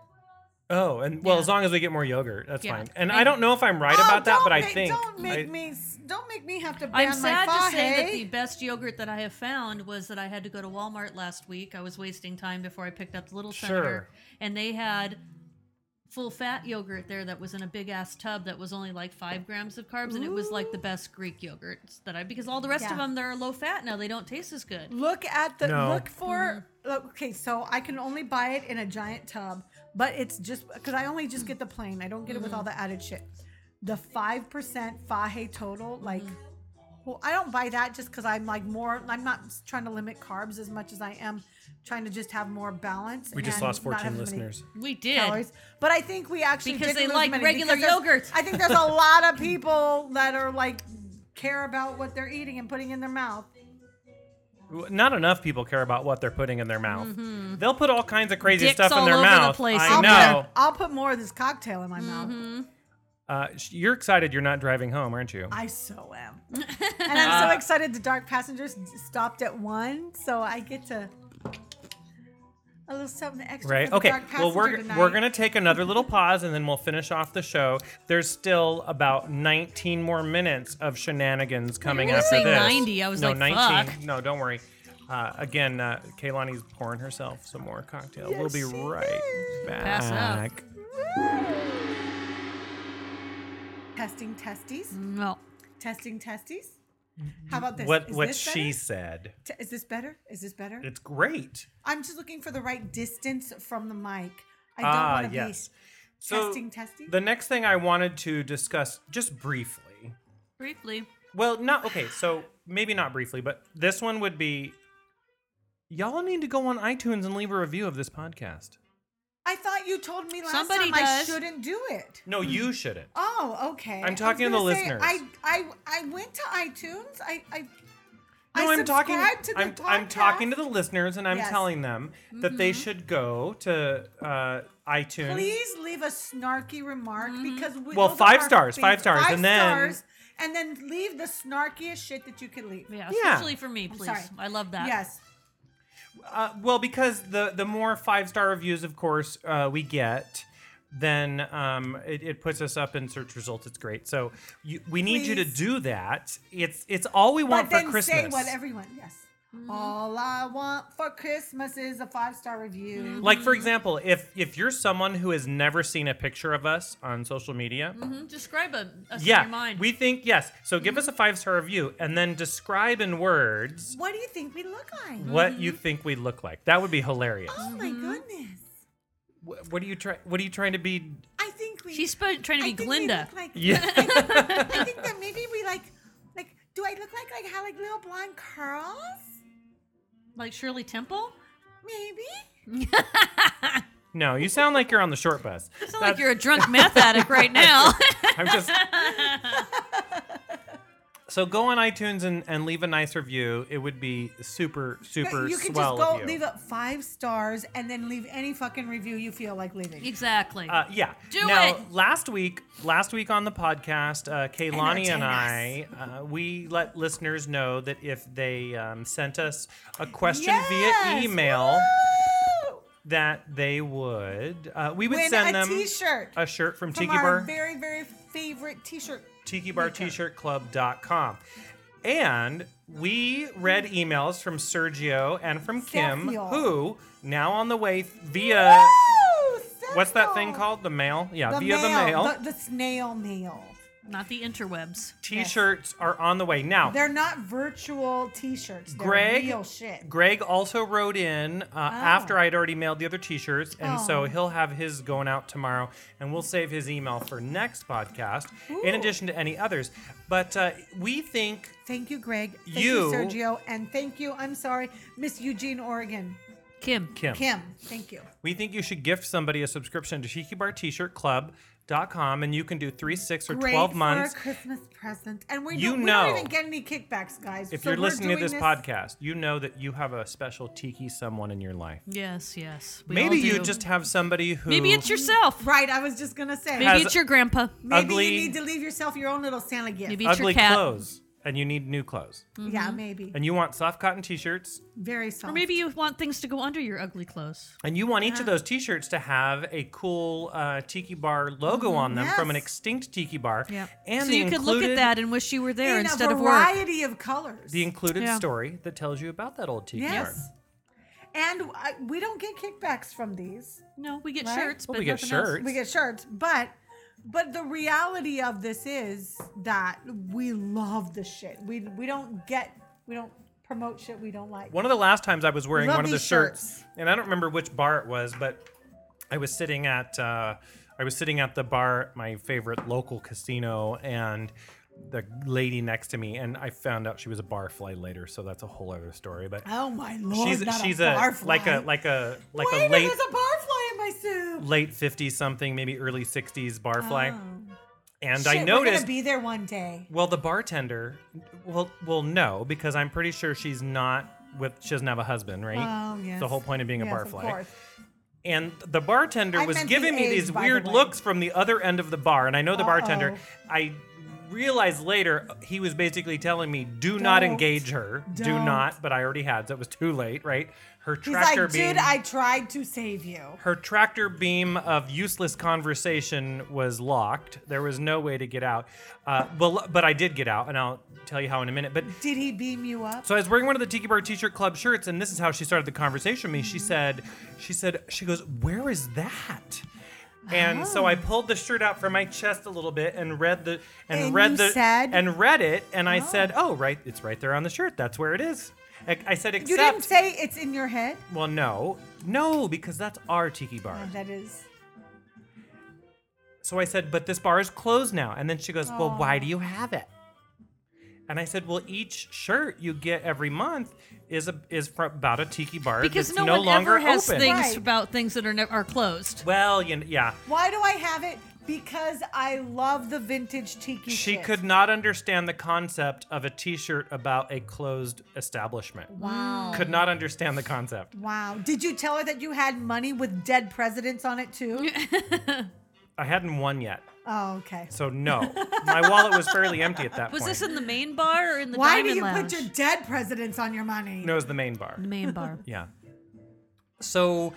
Speaker 1: Oh, and well,
Speaker 2: Yeah.
Speaker 1: as long as we get more yogurt, that's
Speaker 2: Yeah.
Speaker 1: fine. And
Speaker 2: And-
Speaker 1: I don't know if I'm right
Speaker 3: Oh,
Speaker 1: about that,
Speaker 3: don't
Speaker 1: but I
Speaker 3: make-
Speaker 1: think
Speaker 3: don't make
Speaker 1: I-
Speaker 3: me s- don't make me have to ban
Speaker 2: I'm
Speaker 3: my
Speaker 2: sad to say that
Speaker 3: faje.
Speaker 2: the best yogurt that I have found was that I had to go to Walmart last week. I was wasting time before I picked up Little Senator,
Speaker 1: Sure.
Speaker 2: and they had full fat yogurt there that was in a big ass tub that was only like five grams of carbs, and it was like the best Greek yogurt that I because all the rest of
Speaker 3: Yeah.
Speaker 2: them they're low fat now they don't taste as good.
Speaker 3: Look at the
Speaker 1: No.
Speaker 3: look for
Speaker 2: Mm-hmm.
Speaker 3: look, okay. So I can only buy it in a giant tub, but it's just because I only just get the plain. I don't get it
Speaker 2: Mm-hmm.
Speaker 3: with all the added shit. The five percent faje total,
Speaker 2: Mm-hmm.
Speaker 3: like, well, I don't buy that just because I'm like more. I'm not trying to limit carbs as much as I am trying to just have more balance.
Speaker 1: We just
Speaker 3: and
Speaker 1: lost
Speaker 3: not have
Speaker 1: 14
Speaker 3: as many
Speaker 1: listeners.
Speaker 2: We did.
Speaker 3: Calories. But I think we actually
Speaker 2: Because
Speaker 3: did
Speaker 2: they
Speaker 3: lose
Speaker 2: like
Speaker 3: many
Speaker 2: regular
Speaker 3: because there's-
Speaker 2: yogurt.
Speaker 3: I think there's a lot of people that are like care about what they're eating and putting in their mouth.
Speaker 1: W- Not enough people care about what they're putting in their mouth.
Speaker 3: Mm-hmm.
Speaker 1: They'll put all kinds of crazy
Speaker 2: Dicks
Speaker 1: stuff in
Speaker 2: all
Speaker 1: their
Speaker 2: over the
Speaker 1: mouth.
Speaker 2: place.
Speaker 1: I
Speaker 3: I'll
Speaker 1: know.
Speaker 3: Put, I'll put more of this cocktail in my mouth.
Speaker 1: Uh, sh- you're excited you're not driving home, aren't you?
Speaker 3: I so am. and
Speaker 1: Uh,
Speaker 3: I'm so excited the Dark Passengers stopped at one, so I get to a little something extra.
Speaker 1: Right.
Speaker 3: For the
Speaker 1: Okay.
Speaker 3: Dark
Speaker 1: Well, we're
Speaker 3: Passenger
Speaker 1: we're
Speaker 3: tonight.
Speaker 1: gonna take another little pause and then we'll finish off the show. There's still about 19 more minutes of shenanigans coming
Speaker 2: were gonna
Speaker 1: after
Speaker 2: say
Speaker 1: this.
Speaker 2: 90. I was
Speaker 1: no,
Speaker 2: like,
Speaker 1: 19.
Speaker 2: fuck.
Speaker 1: No, don't worry. Uh, again, uh, Kaylani's pouring herself some more cocktail. we'll be
Speaker 3: Yes, she
Speaker 1: right back.
Speaker 2: Pass up.
Speaker 3: testing testes,
Speaker 2: No.
Speaker 3: testing testes. How about this?
Speaker 1: Mm-hmm. What
Speaker 3: Is
Speaker 1: what
Speaker 3: this
Speaker 1: she
Speaker 3: better?
Speaker 1: said.
Speaker 3: T- is this better? Is this better?
Speaker 1: It's great.
Speaker 3: I'm just looking for the right distance from the mic. I don't
Speaker 1: ah,
Speaker 3: want to
Speaker 1: yes.
Speaker 3: be testing testes.
Speaker 1: The next thing I wanted to discuss just briefly
Speaker 2: Briefly.
Speaker 1: Well, not okay. So maybe not briefly, but this one would be. Y'all need to go on iTunes and leave a review of this podcast.
Speaker 3: I thought you told me last
Speaker 2: Somebody
Speaker 3: time
Speaker 2: does.
Speaker 3: I shouldn't do it.
Speaker 1: No, you shouldn't.
Speaker 3: Oh, okay. I was
Speaker 1: talking to the
Speaker 3: gonna say,
Speaker 1: listeners.
Speaker 3: I, I, I went to iTunes. I, I, I
Speaker 1: No, I'm talking.
Speaker 3: subscribed To the
Speaker 1: I'm, I'm talking to
Speaker 3: podcast.
Speaker 1: the listeners, and I'm
Speaker 3: Yes. Mm-hmm.
Speaker 1: telling them that they should go to uh, iTunes.
Speaker 3: Please leave a snarky remark
Speaker 2: Mm-hmm.
Speaker 3: because we
Speaker 1: Well,
Speaker 3: those are
Speaker 1: five
Speaker 3: our
Speaker 1: stars,
Speaker 3: fav-
Speaker 1: five stars,
Speaker 3: five
Speaker 1: and then-
Speaker 3: stars, and then leave the snarkiest shit that you can leave.
Speaker 2: Yeah,
Speaker 1: Yeah.
Speaker 2: especially for me, please.
Speaker 3: sorry.
Speaker 2: I love that.
Speaker 3: Yes.
Speaker 1: Uh, well, because the the more five star reviews, of course, uh, we get, then um, it, it puts us up in search results. It's great. So you, we need you to
Speaker 3: Please.
Speaker 1: do that. It's it's all we want
Speaker 3: but then
Speaker 1: for Christmas.
Speaker 3: say what everyone. Yes.
Speaker 2: Mm-hmm.
Speaker 3: All I want for Christmas is a five star review.
Speaker 2: Mm-hmm.
Speaker 1: Like for example, if if you're someone who has never seen a picture of us on social media,
Speaker 3: Mm-hmm,
Speaker 2: Mhm. Describe a, us in your
Speaker 1: yeah,
Speaker 2: mind.
Speaker 1: we think yes. So give us a five star review and then describe in words
Speaker 3: What do you think we look like?
Speaker 1: what you
Speaker 3: Mm-hmm.
Speaker 1: think we look like. That would be hilarious.
Speaker 3: Oh my
Speaker 2: Mm-hmm.
Speaker 3: goodness!
Speaker 1: Wh- What are you try? What are you trying to be?
Speaker 3: I think we.
Speaker 2: She's sp- trying to
Speaker 3: I
Speaker 2: be
Speaker 3: think we
Speaker 2: Glinda.
Speaker 3: look like-
Speaker 1: Yeah.
Speaker 3: I think that maybe we like, like, do I look like I have like little blonde curls?
Speaker 2: like Shirley Temple?
Speaker 3: Maybe.
Speaker 1: no, you sound like you're on the short bus.
Speaker 2: It's not like you're a drunk math addict right now.
Speaker 1: I'm just. So go on iTunes and, and leave a nice review. It would be super super
Speaker 3: you can
Speaker 1: swell
Speaker 3: just go
Speaker 1: of you.
Speaker 3: leave it five stars and then leave any fucking review you feel like leaving.
Speaker 2: exactly.
Speaker 1: Uh, yeah.
Speaker 2: Do
Speaker 1: now,
Speaker 2: it.
Speaker 1: last week, last week on the podcast, uh, Kaylani and
Speaker 3: Entertain
Speaker 1: I, uh, we let listeners know that if they um, sent us a question
Speaker 3: Yes!
Speaker 1: via email,
Speaker 3: Woo!
Speaker 1: that they would, uh, we would
Speaker 3: Win
Speaker 1: send
Speaker 3: a
Speaker 1: them
Speaker 3: t-shirt
Speaker 1: a shirt from,
Speaker 3: from
Speaker 1: Tiki
Speaker 3: our
Speaker 1: Bar,
Speaker 3: very very favorite T-shirt.
Speaker 1: Tiki Bar T-shirt Club.com. And we read emails from Sergio and from Kim,
Speaker 3: Sergio.
Speaker 1: who now on the way via
Speaker 3: Woo!
Speaker 1: what's that thing
Speaker 3: Sensible.
Speaker 1: called? The mail? Yeah,
Speaker 3: The
Speaker 1: via
Speaker 3: mail,
Speaker 1: the mail.
Speaker 3: the, the snail mail.
Speaker 2: not the interwebs.
Speaker 1: T-shirts are on the way now.
Speaker 3: They're not virtual T-shirts. They're
Speaker 1: Greg,
Speaker 3: real shit.
Speaker 1: Greg also wrote in uh, after I'd already mailed the other T-shirts, and so
Speaker 3: Oh.
Speaker 1: he'll have his going out tomorrow, and we'll save his email for next podcast, in
Speaker 3: Ooh.
Speaker 1: addition to any others. But uh, we think
Speaker 3: Thank you, Greg. Thank
Speaker 1: You-
Speaker 3: you, Sergio, and thank you. I'm sorry, Miss Eugene, Oregon.
Speaker 2: Kim.
Speaker 1: Kim,
Speaker 3: Kim, thank you.
Speaker 1: we think you should gift somebody a subscription to Tiki Bar T-shirt Club. Dot com and you can do three, six, or
Speaker 3: Great
Speaker 1: twelve
Speaker 3: for
Speaker 1: months.
Speaker 3: a Christmas present, and we,
Speaker 1: You
Speaker 3: don't, we
Speaker 1: know.
Speaker 3: don't even get any kickbacks, guys.
Speaker 1: If
Speaker 3: So
Speaker 1: you're
Speaker 3: we're
Speaker 1: listening to
Speaker 3: doing
Speaker 1: this, podcast, you know that you have a special Tiki someone in your life.
Speaker 2: Yes, yes. We
Speaker 1: Maybe
Speaker 2: all
Speaker 1: you
Speaker 2: do.
Speaker 1: just have somebody who
Speaker 2: Maybe it's yourself.
Speaker 3: right? I was just gonna say,
Speaker 2: Maybe
Speaker 1: Has-
Speaker 2: it's your grandpa.
Speaker 3: maybe
Speaker 1: ugly-
Speaker 3: you need to leave yourself your own little Santa gift.
Speaker 2: Maybe it's your
Speaker 1: ugly
Speaker 2: cat.
Speaker 1: clothes and you need new clothes.
Speaker 3: Yeah, maybe.
Speaker 1: and you want soft cotton t-shirts
Speaker 3: Very soft.
Speaker 2: Or maybe you want things to go under your ugly clothes.
Speaker 1: and you want each of those t-shirts to have a cool uh, tiki bar logo on them from an
Speaker 3: Yes.
Speaker 1: extinct tiki bar and
Speaker 2: Mm-hmm. so
Speaker 1: the
Speaker 2: you could look at
Speaker 1: included-
Speaker 2: that and wish you were there
Speaker 3: in
Speaker 2: instead
Speaker 3: a
Speaker 2: of work.
Speaker 3: variety of colors.
Speaker 1: the included
Speaker 2: Yeah.
Speaker 1: story that tells you about that old tiki
Speaker 3: yes.
Speaker 1: bar
Speaker 3: And I, we don't get kickbacks from these.
Speaker 2: No, we get
Speaker 3: Right?
Speaker 2: shirts,
Speaker 4: Well,
Speaker 2: but
Speaker 4: we get
Speaker 2: nothing else.
Speaker 4: shirts.
Speaker 3: We get shirts, but but the reality of this is that we love the shit. We we don't get we don't promote shit we don't like.
Speaker 1: One of the last times I was wearing
Speaker 3: Love
Speaker 1: one of the
Speaker 3: these
Speaker 1: shirts,
Speaker 3: shirts.
Speaker 1: and I don't remember which bar it was, but I was sitting at uh, I was sitting at the bar at my favorite local casino, and the lady next to me, and I found out she was a barfly later, so that's a whole other story. But
Speaker 3: Oh my lord!
Speaker 1: she's
Speaker 3: not
Speaker 1: she's
Speaker 3: a,
Speaker 1: a,
Speaker 3: barfly.
Speaker 1: like a like a like
Speaker 3: Wait,
Speaker 1: a late
Speaker 3: there's a barfly in my soup.
Speaker 1: late 50s something, maybe early 60s barfly, and I
Speaker 3: Oh. Shit, we're
Speaker 1: noticed
Speaker 3: gonna be there one day.
Speaker 1: well, the bartender, well, well, no, because I'm pretty sure she's not with. She doesn't have a husband, right?
Speaker 3: Oh,
Speaker 1: It's
Speaker 3: yes.
Speaker 1: The whole point of being a
Speaker 3: Yes, of
Speaker 1: barfly.
Speaker 3: course.
Speaker 1: And the bartender
Speaker 3: I
Speaker 1: was
Speaker 3: meant the
Speaker 1: giving me
Speaker 3: age,
Speaker 1: these
Speaker 3: by the
Speaker 1: weird
Speaker 3: way.
Speaker 1: looks from the other end of the bar, and I know the bartender.
Speaker 3: Uh-oh.
Speaker 1: I realized later uh, he was basically telling me, "Do not
Speaker 3: Don't.
Speaker 1: engage her. Do
Speaker 3: Don't.
Speaker 1: not." But I already had, so it was too late, right? Her
Speaker 3: He's
Speaker 1: tractor
Speaker 3: like,
Speaker 1: beam.
Speaker 3: dude, I tried to save you.
Speaker 1: her tractor beam of useless conversation was locked. There was no way to get out. Uh, but, but I did get out, and I'll tell you how in a minute. But
Speaker 3: Did he beam you up?
Speaker 1: so I was wearing one of the Tiki Bar T-shirt Club shirts, and this is how she started the conversation with me. She said, "She said she goes, where is that?" And so
Speaker 3: Oh.
Speaker 1: I pulled the shirt out from my chest a little bit and read the and,
Speaker 3: And
Speaker 1: read
Speaker 3: you
Speaker 1: the
Speaker 3: said-
Speaker 1: and read it, and I said, "Oh, right, it's right there on the shirt. That's where it is." I, I said, "Except
Speaker 3: You didn't say it's in your head.
Speaker 1: well, no, no, because that's our Tiki Bar."
Speaker 3: Oh, that is.
Speaker 1: So I said, but this bar is closed now. And then she goes, well, why do you have it? And I said, well, each shirt you get every month is a is from about a tiki bar
Speaker 2: Because
Speaker 1: that's
Speaker 2: no,
Speaker 1: no,
Speaker 2: one
Speaker 1: longer
Speaker 2: ever has
Speaker 1: open.
Speaker 2: things
Speaker 3: Right.
Speaker 2: about things that are never are closed.
Speaker 1: Well, you kn- yeah,
Speaker 3: Why do I have it? Because I love the vintage tiki.
Speaker 1: she
Speaker 3: shit.
Speaker 1: could not understand the concept of a T-shirt about a closed establishment.
Speaker 3: Wow.
Speaker 1: Could not understand the concept.
Speaker 3: Wow. Did you tell her that you had money with dead presidents on it too?
Speaker 1: I hadn't won yet,
Speaker 3: oh, okay.
Speaker 1: so no. My wallet was fairly empty at that
Speaker 2: Was
Speaker 1: point.
Speaker 2: this in the main bar or in the
Speaker 3: Why do
Speaker 2: diamond
Speaker 3: you
Speaker 2: lounge?
Speaker 3: put your dead presidents on your money?
Speaker 1: no, it was the main bar.
Speaker 2: the main bar?
Speaker 1: Yeah. So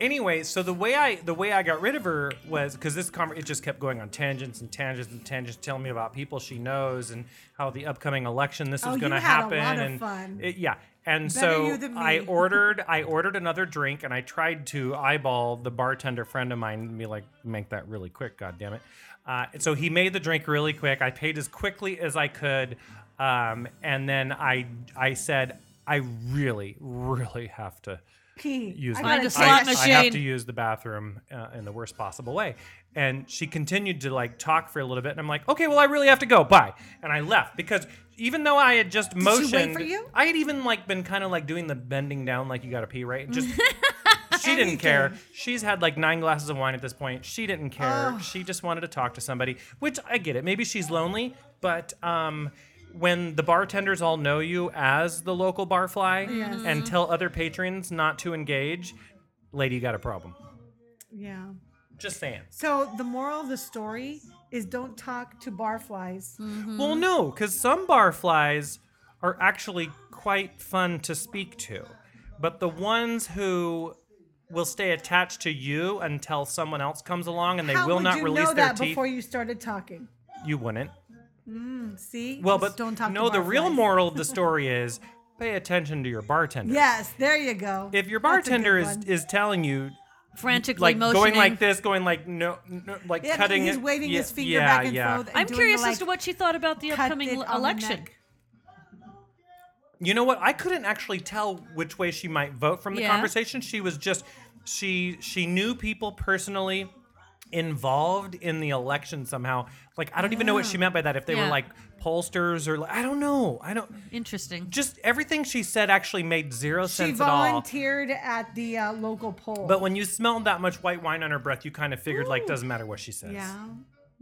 Speaker 1: anyway, so the way I the way I got rid of her was because this conver- it just kept going on tangents and tangents and tangents, telling me about people she knows and how the upcoming election this
Speaker 3: Oh,
Speaker 1: is
Speaker 3: you
Speaker 1: going to
Speaker 3: had a lot
Speaker 1: happen
Speaker 3: of
Speaker 1: and
Speaker 3: fun.
Speaker 1: It- yeah. And
Speaker 3: Better
Speaker 1: so
Speaker 3: you than
Speaker 1: I
Speaker 3: me.
Speaker 1: ordered I ordered another drink and I tried to eyeball the bartender friend of mine and be like make that really quick, god damn it. Uh, so he made the drink really quick. I paid as quickly as I could, um, and then I I said I really really have to
Speaker 3: Pee.
Speaker 1: use
Speaker 3: I
Speaker 1: the-
Speaker 3: gotta
Speaker 2: Find a
Speaker 3: pee.
Speaker 1: I,
Speaker 2: slot
Speaker 1: I have
Speaker 2: machine.
Speaker 1: to use the bathroom uh, in the worst possible way. And she continued to like talk for a little bit, and I'm like, okay, well, I really have to go. Bye. And I left because even though I had just
Speaker 3: she wait
Speaker 1: motioned,
Speaker 3: for you?
Speaker 1: I had even like been kind of like doing the bending down, like you gotta pee, right? Just she didn't care. She's had like nine glasses of wine at this point. She didn't
Speaker 3: Oh.
Speaker 1: care. She just wanted to talk to somebody, which I get it. Maybe she's lonely, but um, when the bartenders all know you as the local barfly and tell other patrons not to engage, lady, you got a problem.
Speaker 3: Yeah.
Speaker 1: Just saying.
Speaker 3: So the moral of the story is don't talk to barflies.
Speaker 2: Hmm.
Speaker 1: Well, no, because some barflies are actually quite fun to speak to, but the ones who will stay attached to you until someone else comes along and they
Speaker 3: How
Speaker 1: will
Speaker 3: would
Speaker 1: not
Speaker 3: you
Speaker 1: release
Speaker 3: know
Speaker 1: their
Speaker 3: that
Speaker 1: teeth.
Speaker 3: before you started talking?
Speaker 1: you wouldn't.
Speaker 3: See?
Speaker 1: Well, but
Speaker 3: Just don't talk.
Speaker 1: no,
Speaker 3: to
Speaker 1: the real
Speaker 3: barflies.
Speaker 1: moral of the story is pay attention to your bartender.
Speaker 3: Yes, there you go.
Speaker 1: If your
Speaker 3: That's a good
Speaker 1: bartender is
Speaker 3: one.
Speaker 1: is telling you
Speaker 2: Frantically
Speaker 1: like
Speaker 2: motioning.
Speaker 1: going like this, going like no, no like
Speaker 3: yeah,
Speaker 1: cutting
Speaker 3: he's
Speaker 1: it,
Speaker 3: waving
Speaker 1: yeah,
Speaker 3: his finger
Speaker 1: yeah,
Speaker 3: back and
Speaker 1: yeah.
Speaker 3: forth. and
Speaker 2: I'm
Speaker 3: doing
Speaker 2: curious
Speaker 3: the,
Speaker 2: as to
Speaker 3: like,
Speaker 2: what she thought about the
Speaker 3: cut
Speaker 2: upcoming
Speaker 3: it
Speaker 2: l-
Speaker 3: on the
Speaker 2: election.
Speaker 3: neck.
Speaker 1: You know what? I couldn't actually tell which way she might vote from the
Speaker 2: Yeah.
Speaker 1: conversation. She was just she she knew people personally involved in the election somehow. Like I don't even know what
Speaker 3: Ah.
Speaker 1: she meant by that. If they were
Speaker 2: Yeah.
Speaker 1: like pollsters or like, I don't know. I don't
Speaker 2: Interesting.
Speaker 1: just everything she said actually made zero
Speaker 3: She
Speaker 1: sense at all.
Speaker 3: volunteered at the uh, local poll.
Speaker 1: But when you smelled that much white wine on her breath, you kind of figured like doesn't matter what she says.
Speaker 3: yeah.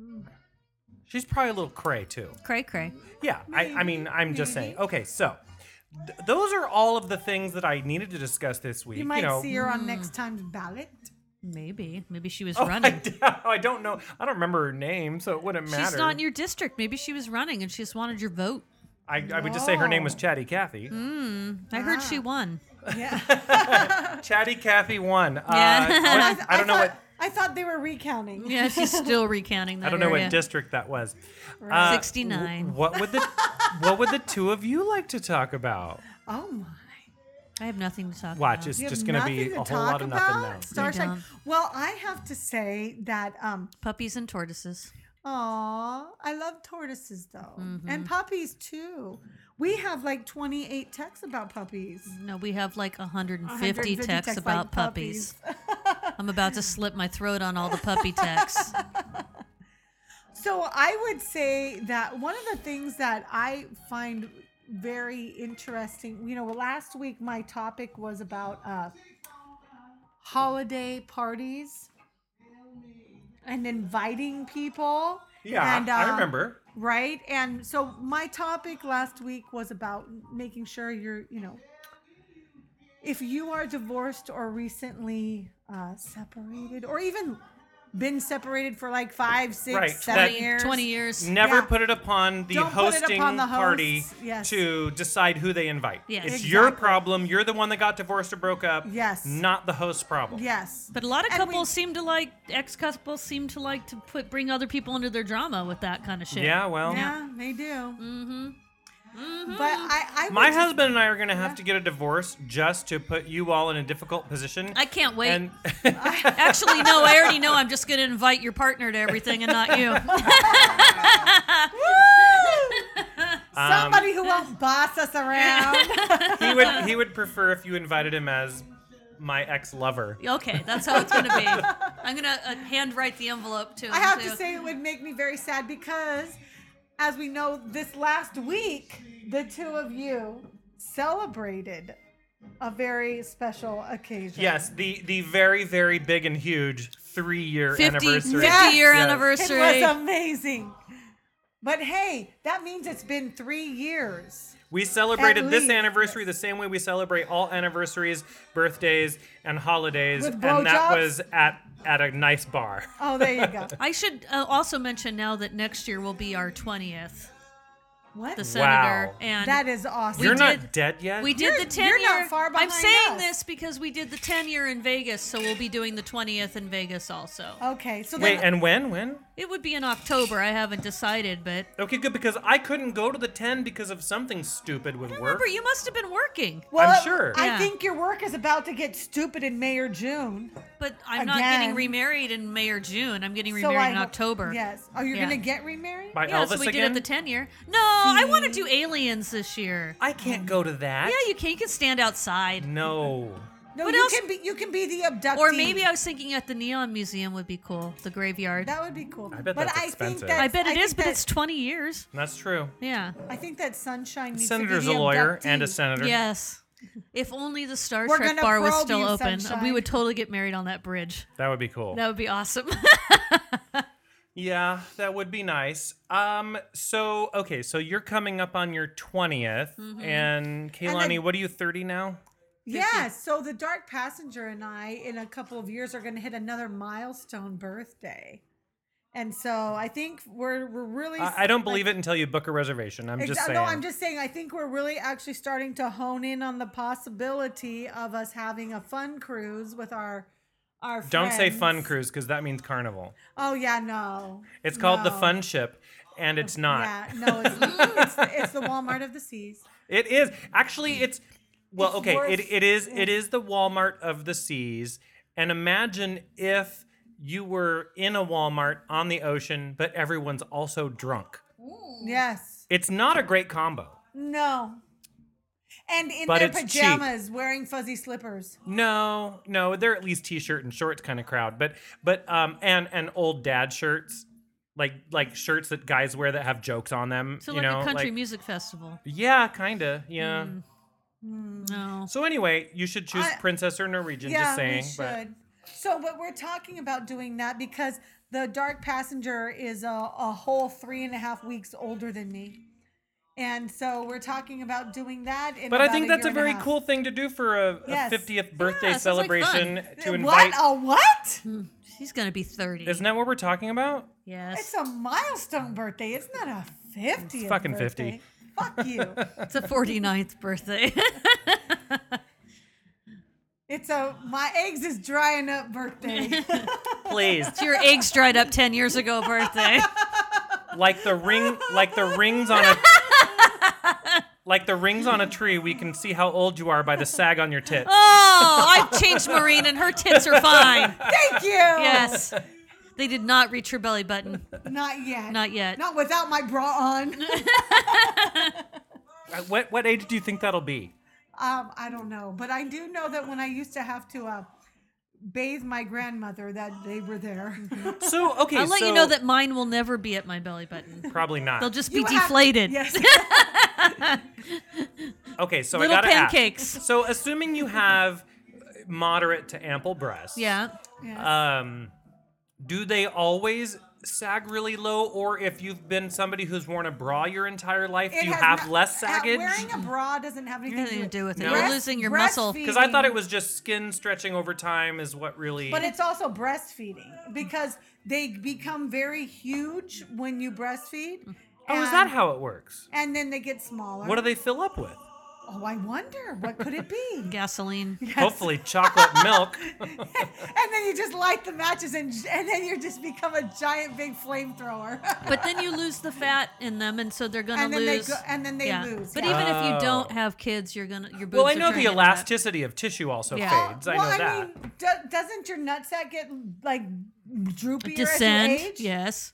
Speaker 3: Hmm.
Speaker 1: She's probably a little cray too.
Speaker 2: Cray cray.
Speaker 1: Yeah, I, I mean, I'm just saying. Okay, so th- those are all of the things that I needed to discuss this week.
Speaker 3: You might
Speaker 1: know,
Speaker 3: see her on next time's ballot.
Speaker 2: Maybe. Maybe she was
Speaker 1: Oh, I,
Speaker 2: running.
Speaker 1: d- I don't know. I don't remember her name, so it wouldn't matter.
Speaker 2: She's not in your district. Maybe she was running and she just wanted your vote.
Speaker 1: I, I would just say her name was
Speaker 3: No.
Speaker 1: Chatty Cathy.
Speaker 2: I heard
Speaker 3: Ah.
Speaker 2: she won.
Speaker 3: Yeah.
Speaker 1: Chatty Cathy won. Uh,
Speaker 2: Yeah.
Speaker 1: I, I don't know
Speaker 3: thought,
Speaker 1: what
Speaker 3: I thought they were recounting.
Speaker 2: Yeah, she's still recounting that.
Speaker 1: I don't know
Speaker 2: area.
Speaker 1: what district that was.
Speaker 2: Right.
Speaker 1: Uh,
Speaker 2: 69.
Speaker 1: wh- What would the What would the two of you like to talk about?
Speaker 3: Oh my.
Speaker 2: I have nothing to talk
Speaker 1: Watch,
Speaker 2: about.
Speaker 1: it's
Speaker 3: You have
Speaker 1: just going to be
Speaker 3: nothing
Speaker 1: a
Speaker 3: to
Speaker 1: whole lot
Speaker 3: talk
Speaker 1: of nothing now.
Speaker 3: about? Starshine.
Speaker 2: don't.
Speaker 3: Well, I have to say that um
Speaker 2: puppies and tortoises.
Speaker 3: Aw, I love tortoises though, and puppies too. We have like 28 texts about puppies.
Speaker 2: No, we have like 150,
Speaker 3: 150
Speaker 2: texts, about
Speaker 3: like
Speaker 2: puppies. I'm about to slip my throat on all the puppy texts.
Speaker 3: So I would say that one of the things that I find very interesting, you know, last week my topic was about uh, holiday parties and inviting people.
Speaker 1: Yeah,
Speaker 3: And,
Speaker 1: I
Speaker 3: uh,
Speaker 1: remember.
Speaker 3: Right? And so my topic last week was about making sure you're, you know, if you are divorced or recently uh, separated or even been separated for like five, six, seven
Speaker 1: Right, that-
Speaker 3: years.
Speaker 2: 20 years.
Speaker 1: Never
Speaker 3: yeah.
Speaker 1: put it upon the
Speaker 3: Don't put it
Speaker 1: hosting
Speaker 3: upon the
Speaker 1: party
Speaker 3: hosts, yes.
Speaker 1: to decide who they invite.
Speaker 2: Yes.
Speaker 1: It's your
Speaker 3: Exactly.
Speaker 1: problem. You're the one that got divorced or broke up.
Speaker 3: Yes.
Speaker 1: Not the host's problem.
Speaker 3: Yes.
Speaker 2: But a lot of
Speaker 3: And we-
Speaker 2: couples seem to like ex couples seem to like to put bring other people into their drama with that kind of shit.
Speaker 1: Yeah, well.
Speaker 3: Yeah, they do. Mm-hmm. But I, I would
Speaker 1: My
Speaker 3: just-
Speaker 1: husband and I are going to have to get a divorce just to put you all in a difficult position.
Speaker 2: I can't wait.
Speaker 1: and
Speaker 2: Actually, no, I already know I'm just going to invite your partner to everything and not you.
Speaker 3: somebody who won't boss us around.
Speaker 1: um, he would he would prefer if you invited him as my ex-lover.
Speaker 2: okay, that's how it's going to be. I'm going to uh, handwrite the envelope too.
Speaker 3: I have to say it would make me very sad because, as we know, this last week, the two of you celebrated a very special occasion.
Speaker 1: Yes, the the very very big and huge 3-year
Speaker 2: 50,
Speaker 1: anniversary.
Speaker 2: 50 year
Speaker 1: Yes.
Speaker 3: It
Speaker 2: anniversary.
Speaker 3: was amazing. But hey, that means it's been three years.
Speaker 1: We celebrated
Speaker 3: At
Speaker 1: this
Speaker 3: least,
Speaker 1: anniversary the same way we celebrate all anniversaries, birthdays, and holidays,
Speaker 3: With
Speaker 1: and that
Speaker 3: blowjobs?
Speaker 1: was at at a nice bar.
Speaker 3: Oh, there you go.
Speaker 2: I should uh, also mention now that next year will be our 20th,
Speaker 3: What?
Speaker 2: the senator. And
Speaker 3: That is awesome.
Speaker 1: You're
Speaker 2: did-
Speaker 1: not dead yet.
Speaker 2: we did
Speaker 3: You're-
Speaker 2: the 10
Speaker 3: you're not
Speaker 2: year.
Speaker 3: far
Speaker 2: I'm
Speaker 3: behind
Speaker 2: saying
Speaker 3: us.
Speaker 2: this because we did the 10 year in Vegas, so we'll be doing the 20th in Vegas also.
Speaker 3: okay, so
Speaker 1: Wait,
Speaker 3: then
Speaker 1: and when? When?
Speaker 2: It would be in October. I haven't decided, but
Speaker 1: Okay, good because I couldn't go to the 10 because of something stupid with work.
Speaker 2: Remember, you must have been working,
Speaker 3: well,
Speaker 1: I'm sure.
Speaker 3: I
Speaker 2: Yeah.
Speaker 3: think your work is about to get stupid in May or June.
Speaker 2: but I'm not getting
Speaker 3: Again.
Speaker 2: remarried in May or June. I'm getting
Speaker 3: So
Speaker 2: remarried
Speaker 3: I
Speaker 2: in
Speaker 3: hope-
Speaker 2: October.
Speaker 3: Yes. Oh, you're
Speaker 2: Yeah.
Speaker 3: gonna get remarried?
Speaker 1: By
Speaker 2: Yeah,
Speaker 1: Elvis
Speaker 2: so we did
Speaker 1: again.
Speaker 2: it the 10 year. No, I want
Speaker 3: Mm.
Speaker 2: to do aliens this year.
Speaker 1: I can't go to that.
Speaker 2: Yeah, you can. You can stand outside.
Speaker 3: Mm.
Speaker 1: No.
Speaker 3: No,
Speaker 2: What
Speaker 3: you
Speaker 2: else-
Speaker 3: can be you can be the abductee.
Speaker 2: Or maybe I was thinking at the Neon Museum would be cool, the graveyard.
Speaker 3: that would be cool.
Speaker 1: I bet
Speaker 3: but
Speaker 1: that's
Speaker 3: I
Speaker 1: expensive.
Speaker 3: Think that,
Speaker 2: I bet it is, but
Speaker 3: that-
Speaker 2: it's 20 years.
Speaker 1: That's true.
Speaker 2: Yeah.
Speaker 3: I think that sunshine needs
Speaker 1: Senator's
Speaker 3: to be
Speaker 1: a
Speaker 3: the
Speaker 1: lawyer
Speaker 3: abductee.
Speaker 1: and a senator.
Speaker 2: Yes. If only the Star
Speaker 3: We're
Speaker 2: Trek
Speaker 3: gonna
Speaker 2: bar was
Speaker 3: probe
Speaker 2: still
Speaker 3: you,
Speaker 2: open, we
Speaker 3: sunshine.
Speaker 2: would totally get married on that bridge.
Speaker 1: That would be cool.
Speaker 2: That would be awesome.
Speaker 1: Yeah, that would be nice. Um, so okay, so you're coming up on your 20th, and Kaylani,
Speaker 3: Mm-hmm. then-
Speaker 1: what are you 30 now?
Speaker 3: Yeah, so the Dark Passenger and I in a couple of years are going to hit another milestone birthday. And so I think we're we're really
Speaker 1: I, I don't believe it until you book a reservation. I'm just
Speaker 3: Exa-
Speaker 1: saying.
Speaker 3: uh, No, I'm just saying. I think we're really actually starting to hone in on the possibility of us having a fun cruise with our our.
Speaker 1: Don't say fun
Speaker 3: friends.
Speaker 1: cruise because that means carnival.
Speaker 3: Oh yeah, no.
Speaker 1: It's called the
Speaker 3: No. Oh,
Speaker 1: fun ship, and it's not.
Speaker 3: Yeah, no, it's, it's, it's the Walmart of the seas.
Speaker 1: It is actually. It's well,
Speaker 3: It's
Speaker 1: okay. It,
Speaker 3: worth-
Speaker 1: it is. It is the Walmart of the seas. And imagine if you were in a Walmart on the ocean, but everyone's also drunk.
Speaker 3: Yes.
Speaker 1: It's not a great combo.
Speaker 3: No. And in
Speaker 1: But
Speaker 3: their
Speaker 1: it's cheap.
Speaker 3: pajamas, wearing fuzzy slippers.
Speaker 1: No, no, they're at least t-shirt and shorts kind of crowd, but but um and and old dad shirts, like like shirts that guys wear that have jokes on them.
Speaker 2: so
Speaker 1: you
Speaker 2: like
Speaker 1: know,
Speaker 2: a country
Speaker 1: like-
Speaker 2: music festival.
Speaker 1: Yeah, kinda. Yeah.
Speaker 2: No.
Speaker 1: So anyway, you should choose
Speaker 3: Hmm. I-
Speaker 1: princess or Norwegian.
Speaker 3: yeah,
Speaker 1: just saying.
Speaker 3: we
Speaker 1: But
Speaker 3: should. So, but we're talking about doing that because the Dark Passenger is a, a whole three and a half weeks older than me. And so we're talking about doing that. In
Speaker 1: but I
Speaker 3: about
Speaker 1: think that's a
Speaker 3: year and
Speaker 1: very
Speaker 3: half.
Speaker 1: cool thing to do for a,
Speaker 3: Yes.
Speaker 1: a 50th birthday
Speaker 2: Yeah, sounds like fun.
Speaker 1: celebration to invite.
Speaker 3: What? A what?
Speaker 2: She's going to be 30.
Speaker 1: Isn't that what we're talking about?
Speaker 2: yes.
Speaker 3: It's a milestone birthday. It's not a 50th.
Speaker 1: fucking 50.
Speaker 3: birthday. 50. Fuck you.
Speaker 2: It's a 49th birthday.
Speaker 3: It's a my eggs is drying up birthday.
Speaker 1: Please,
Speaker 2: It's your eggs dried up 10 years ago birthday.
Speaker 1: like the ring, like the rings on a, Like the rings on a tree, we can see how old you are by the sag on your tits.
Speaker 2: Oh, I've changed Maureen, and her tits are fine.
Speaker 3: Thank you.
Speaker 2: Yes. They did not reach her belly button.
Speaker 3: Not yet.
Speaker 2: Not yet.
Speaker 3: Not without my bra on.
Speaker 1: Uh, What what age do you think that'll be?
Speaker 3: Um, I don't know, but I do know that when I used to have to uh, bathe my grandmother, that they were there.
Speaker 1: So okay,
Speaker 2: I'll let
Speaker 1: so
Speaker 2: you know that mine will never be at my belly button.
Speaker 1: probably not.
Speaker 2: They'll just be
Speaker 3: You have-
Speaker 2: deflated.
Speaker 3: yes.
Speaker 1: okay, so
Speaker 2: Little
Speaker 1: I gotta ask.
Speaker 2: pancakes.
Speaker 1: So assuming you have moderate to ample breasts,
Speaker 2: Yeah.
Speaker 3: Yes.
Speaker 1: Um, do they always sag really low, or if you've been somebody who's worn a bra your entire life,
Speaker 3: It
Speaker 1: do you
Speaker 3: has
Speaker 1: have
Speaker 3: not-
Speaker 1: less
Speaker 3: uh,
Speaker 1: saggage?
Speaker 3: Wearing a bra doesn't have anything,
Speaker 2: Nothing to do with it.
Speaker 1: No.
Speaker 2: You're losing your muscle.
Speaker 1: Because I thought it was just skin stretching over time is what really.
Speaker 3: But it's also breastfeeding because they become very huge when you breastfeed.
Speaker 1: oh, is
Speaker 3: and-
Speaker 1: that how it works?
Speaker 3: And then they get smaller.
Speaker 1: What do they fill up with?
Speaker 3: Oh, I wonder. What could it be?
Speaker 2: Gasoline.
Speaker 1: Hopefully, chocolate milk.
Speaker 3: and then you just light the matches and and then you just become a giant big flamethrower.
Speaker 2: But then you lose the fat in them, and so they're gonna
Speaker 3: and then
Speaker 2: lose.
Speaker 3: they go, and then they
Speaker 2: yeah.
Speaker 3: lose.
Speaker 2: But
Speaker 3: yeah.
Speaker 2: even if you don't
Speaker 1: Oh.
Speaker 2: have kids, you're gonna your boobs.
Speaker 1: well, I
Speaker 2: are
Speaker 1: know
Speaker 2: turning
Speaker 1: the
Speaker 2: into fat.
Speaker 1: elasticity of tissue also
Speaker 2: Yeah.
Speaker 1: fades. I
Speaker 3: well,
Speaker 1: know that.
Speaker 3: mean, do, doesn't your nutsack get like droopier as you
Speaker 2: descend.
Speaker 3: age?
Speaker 2: Yes.